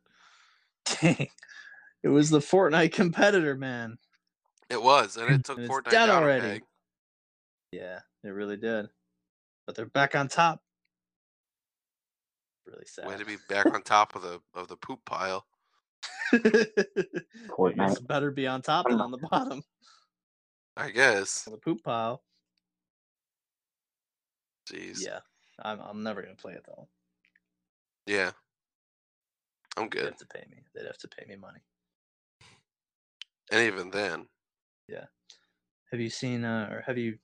Dang. It was the Fortnite competitor, man.
It was, and it took
And it's
Fortnite
dead
down
already.
A peg.
Yeah, it really did. But they're back on top. Really sad.
Way to be back on top of the of the poop pile.
I guess
Fortnite.
it better be on top than on the bottom
I guess.
of the poop pile.
Jeez.
Yeah,
Yeah.
I'm, I'm never gonna play it though.
I'm
They'd
good.
have to pay me. They'd have to pay me money.
And even then,
Have you seen uh, or have you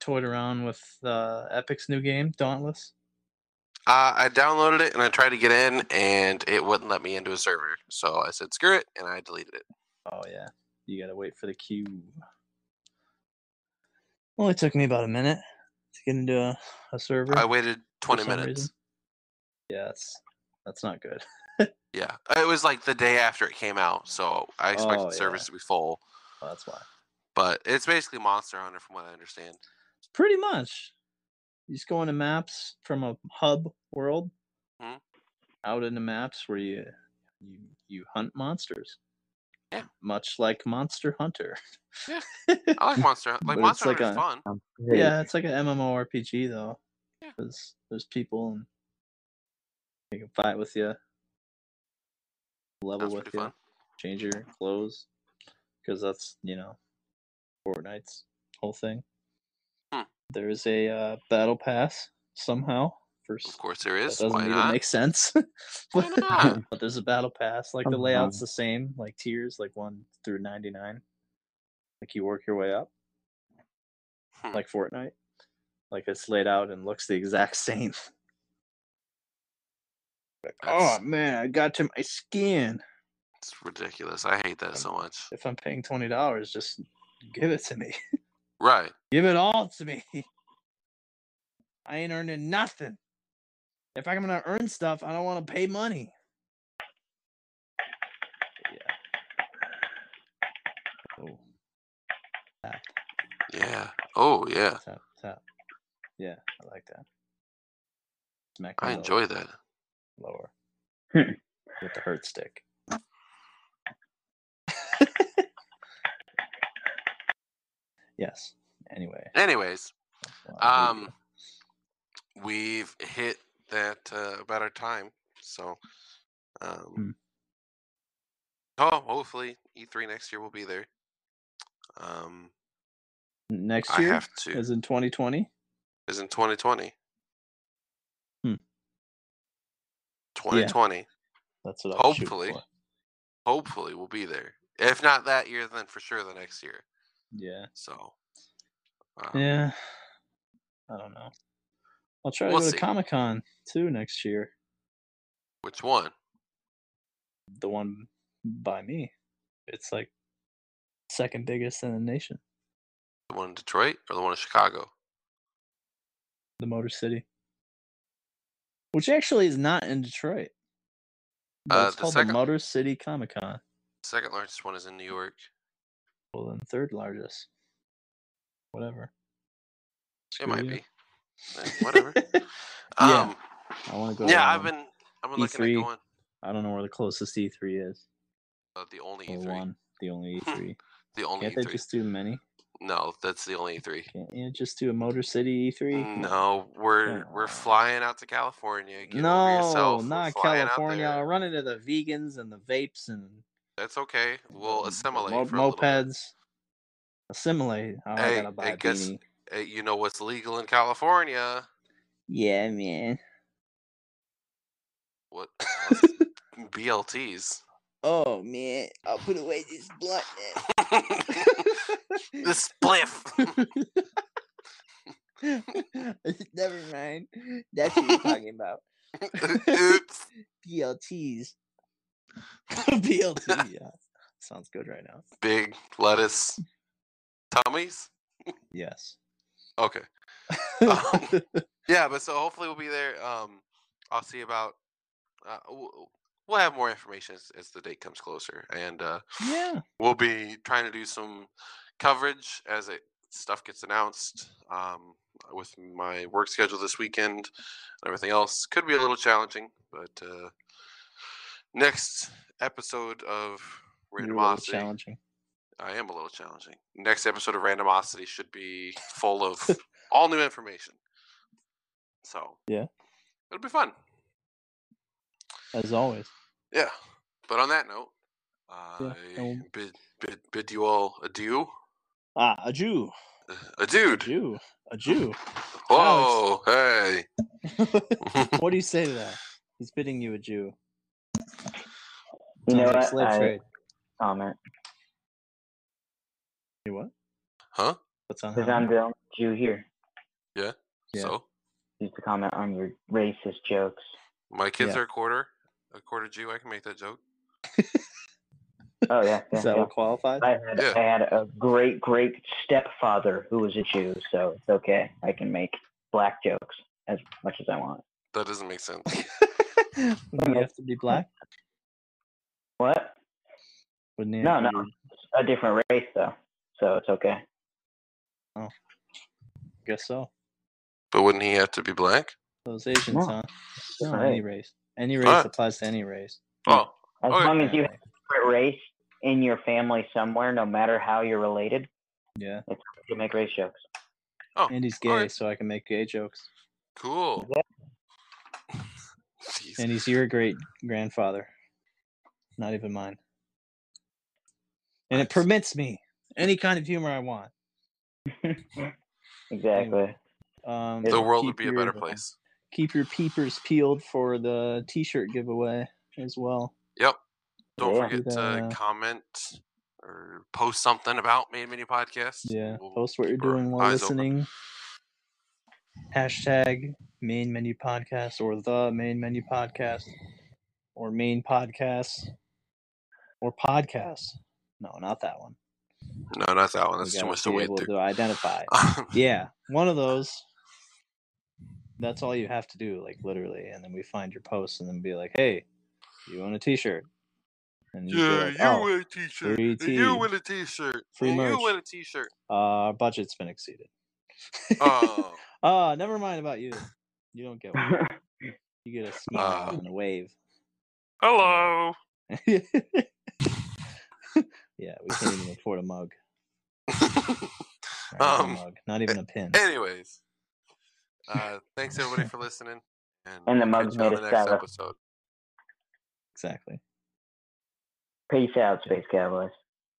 toyed around with uh, Epic's new game, Dauntless?
uh, I downloaded it and I tried to get in, and it wouldn't let me into a server. So I said, "Screw it," and I deleted it.
Oh yeah, you gotta wait for the queue. Only took me about a minute to get into a, a server.
I waited 20
some
minutes.
reason. yeah, that's that's not good.
Yeah, it was like the day after it came out, so I expected
Oh,
servers
yeah.
to be full.
Well, that's why.
But it's basically Monster Hunter, from what I understand.
Pretty much. You just go into maps from a hub world
Mhm.
out into maps where you you you hunt monsters.
Yeah.
Much like Monster Hunter.
Yeah. I like Monster Hunter. Like
Mm, But
Monster
it's like
Hunter is
a-
fun.
Um,
yeah, it's like an MMORPG though.
Yeah.
Because there's people and they can fight with you, level
Sounds
with
pretty
you,
fun.
change your clothes. Because that's, you know, Fortnite's whole thing.
Hmm.
There is a uh, battle pass somehow for
Of course, there is.
that doesn't
Why
even
not?
make sense.
Why
but,
not?
but there's a battle pass. Like the
Uh-huh.
layout's the same, like tiers, like one through ninety nine. Like you work your way up,
Hmm.
like Fortnite. Like it's laid out and looks the exact same. Like, oh
That's-
man, I got to my skin.
It's ridiculous. I hate that so much.
If I'm paying twenty dollars, just give it to me.
Right.
Give it all to me. I ain't earning nothing. If I'm gonna earn stuff, I don't want to pay money. But Yeah. Oh. Tap,
Yeah. Oh yeah.
tap, tap. Yeah, I like that. Smack
I
the lower-
enjoy that.
lower
Hmm.
with the hurt stick. yes. Anyway.
Anyways,
well, I'll leave you.
um, we've hit that uh, about our time. So,
Hmm.
um, oh, hopefully E3 next year will be there. Um,
next
I
year.
have to.
as in 2020
is in 2020.
Hmm.
2020,
that's what was shooting
Hopefully.
for.
hopefully, will be there. If not that year, then for sure the next year.
yeah
So, um,
yeah i don't know i'll try to
We'll
go
see.
to comic-con too next year
which one?
the one by me it's like second biggest in the nation
The one in Detroit or the one in Chicago?
the motor city which actually is not in detroit but
Uh,
it's
the
called the
second-
motor city comic-con
Second largest one is in New York.
well then third largest whatever
It
Screw
might
you.
be. Eh, Whatever.
Yeah,
Um,
i want to
yeah,
go E
I've
around.
been I've been looking at
E3.
going
i don't know where the closest e3 is
uh, the only
or
E3.
one the only e3
The only E
Can't
E3.
they just E do many?
No, that's the only E3.
Can't you just do a Motor City E E3?
No, we're we're
on.
flying out to California. Mm, Get over
no,
yourself. We're
not
flying out
California.
there.
I'll run into the vegans and the vapes and
That's okay. We'll
the
assimilate.
mo-
for a little bit.
mopeds. Assimilate. Oh,
Hey,
I gotta buy
it
a
gets-
beanie.
uh, you know what's legal in California.
Yeah, man.
What what's BLTs?
Oh man, I'll put away this blunt
the
now.
spliff.
Never mind. That's what you're talking about.
Oops.
PLTs.
BLT. Yeah. Sounds good right now.
Big lettuce. Tummies.
Yes.
Okay. Um, yeah, but so hopefully we'll be there. Um, I'll see about. Uh, we'll, we'll have more information as, as the date comes closer, and uh,
yeah.
we'll be trying to do some coverage as it stuff gets announced. Um, with my work schedule this weekend and everything else, could be a little challenging, but uh, next episode of
You're a little
Randomosity.
challenging.
I am a little challenging. Next episode of Randomosity should be full of all new information. So
Yeah.
it'll be fun.
As always.
Yeah. But on that note,
Yeah,
I
um,
bid, bid bid you all adieu.
Ah, a Jew.
Uh, Adieu.
Jew. A Jew.
Whoa! Hey.
what do you say to that? He's bidding you a Jew.
You know
Sounds like
what?
slave
I
trade.
comment.
You what?
Huh?
What's on
Because
him?
I'm the only Jew here.
Yeah.
So
Just to comment on your racist jokes.
my kids
Yeah.
are a quarter, a quarter Jew. I can make that joke.
Oh yeah, yeah,
Is that
yeah.
what qualifies?
I had
Yeah.
I had a great great stepfather who was a Jew, so it's okay. I can make black jokes as much as I want.
That doesn't make sense.
Wouldn't you have to be black?
What?
Wouldn't you?
No,
have to
no.
be-
A different race though, so it's okay.
Guess so.
but wouldn't he have to be black?
Those Asians,
No.
huh?
No,
From
hey.
any race. Any race
Alright.
applies to any race.
Oh,
As
Okay.
long as you
Apparently.
have a different race in your family somewhere, no matter how you're related,
Yeah.
you can make race jokes.
oh,
And he's gay,
alright,
so I can make gay jokes.
cool. Jeez.
And he's your great grandfather. Not even mine. And it
Nice.
permits me any kind of humor I want.
Exactly.
Um,
the world would
keep
be a
your-
better place.
Keep your peepers peeled for the t shirt giveaway as well.
Yep. Don't
Yeah.
forget to
Uh,
comment or post something about Made Mini Podcast.
Yeah.
We'll
Post what you're
keep our
doing while
eyes open.
listening. Hashtag main menu podcast or the main menu podcast or main podcast or podcast. No, not that one.
No, not that one.
We
That's too
gotta
much to
be
wait
able
through.
to identify. Yeah, one of those. That's all you have to do, like literally, and then we find your post and then be like, "Hey, you want a T-shirt?" And you
yeah,
like,
you
"Oh,
win a t-shirt.
free
and
tea.
You win a t-shirt.
Free
and
merch.
You win a t-shirt.
our budget's been exceeded."
Oh,
Ah, never mind about you. You don't get one. You get a smile
Uh.
and a wave.
hello.
yeah, we can't even afford a mug. Not even
Um,
a mug. Not even a pin.
Anyways, uh, thanks everybody for listening. And,
And the
we'll
mug
catch you on
made
the
us
next
better.
episode.
Exactly.
Peace out, Space Cowboys.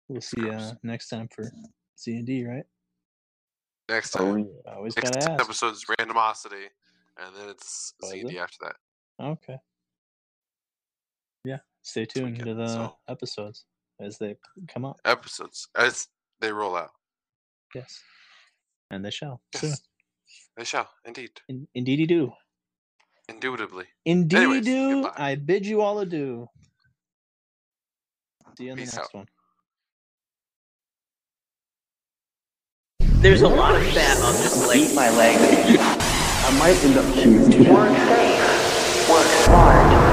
We'll see you uh, next time for C and D. Right?
Next
Oh,
time.
yeah.
I always
next
gotta ask.
episode's randomosity, and then it's
Oh, is
CD after that.
Okay. Yeah. Stay tuned to
weekend,
the
so-
episodes as they come up.
Episodes as they roll out.
Yes. And they shall.
Yes.
Soon.
They shall indeed,
In- indeedy do.
indubitably.
Indeedy
Anyways,
do.
goodbye.
I bid you all adieu. See you in the
Peace
next
out.
one.
There's a lot of fat on this leg.
Eat my leg. I might end up shooting. Work safe. Work smart.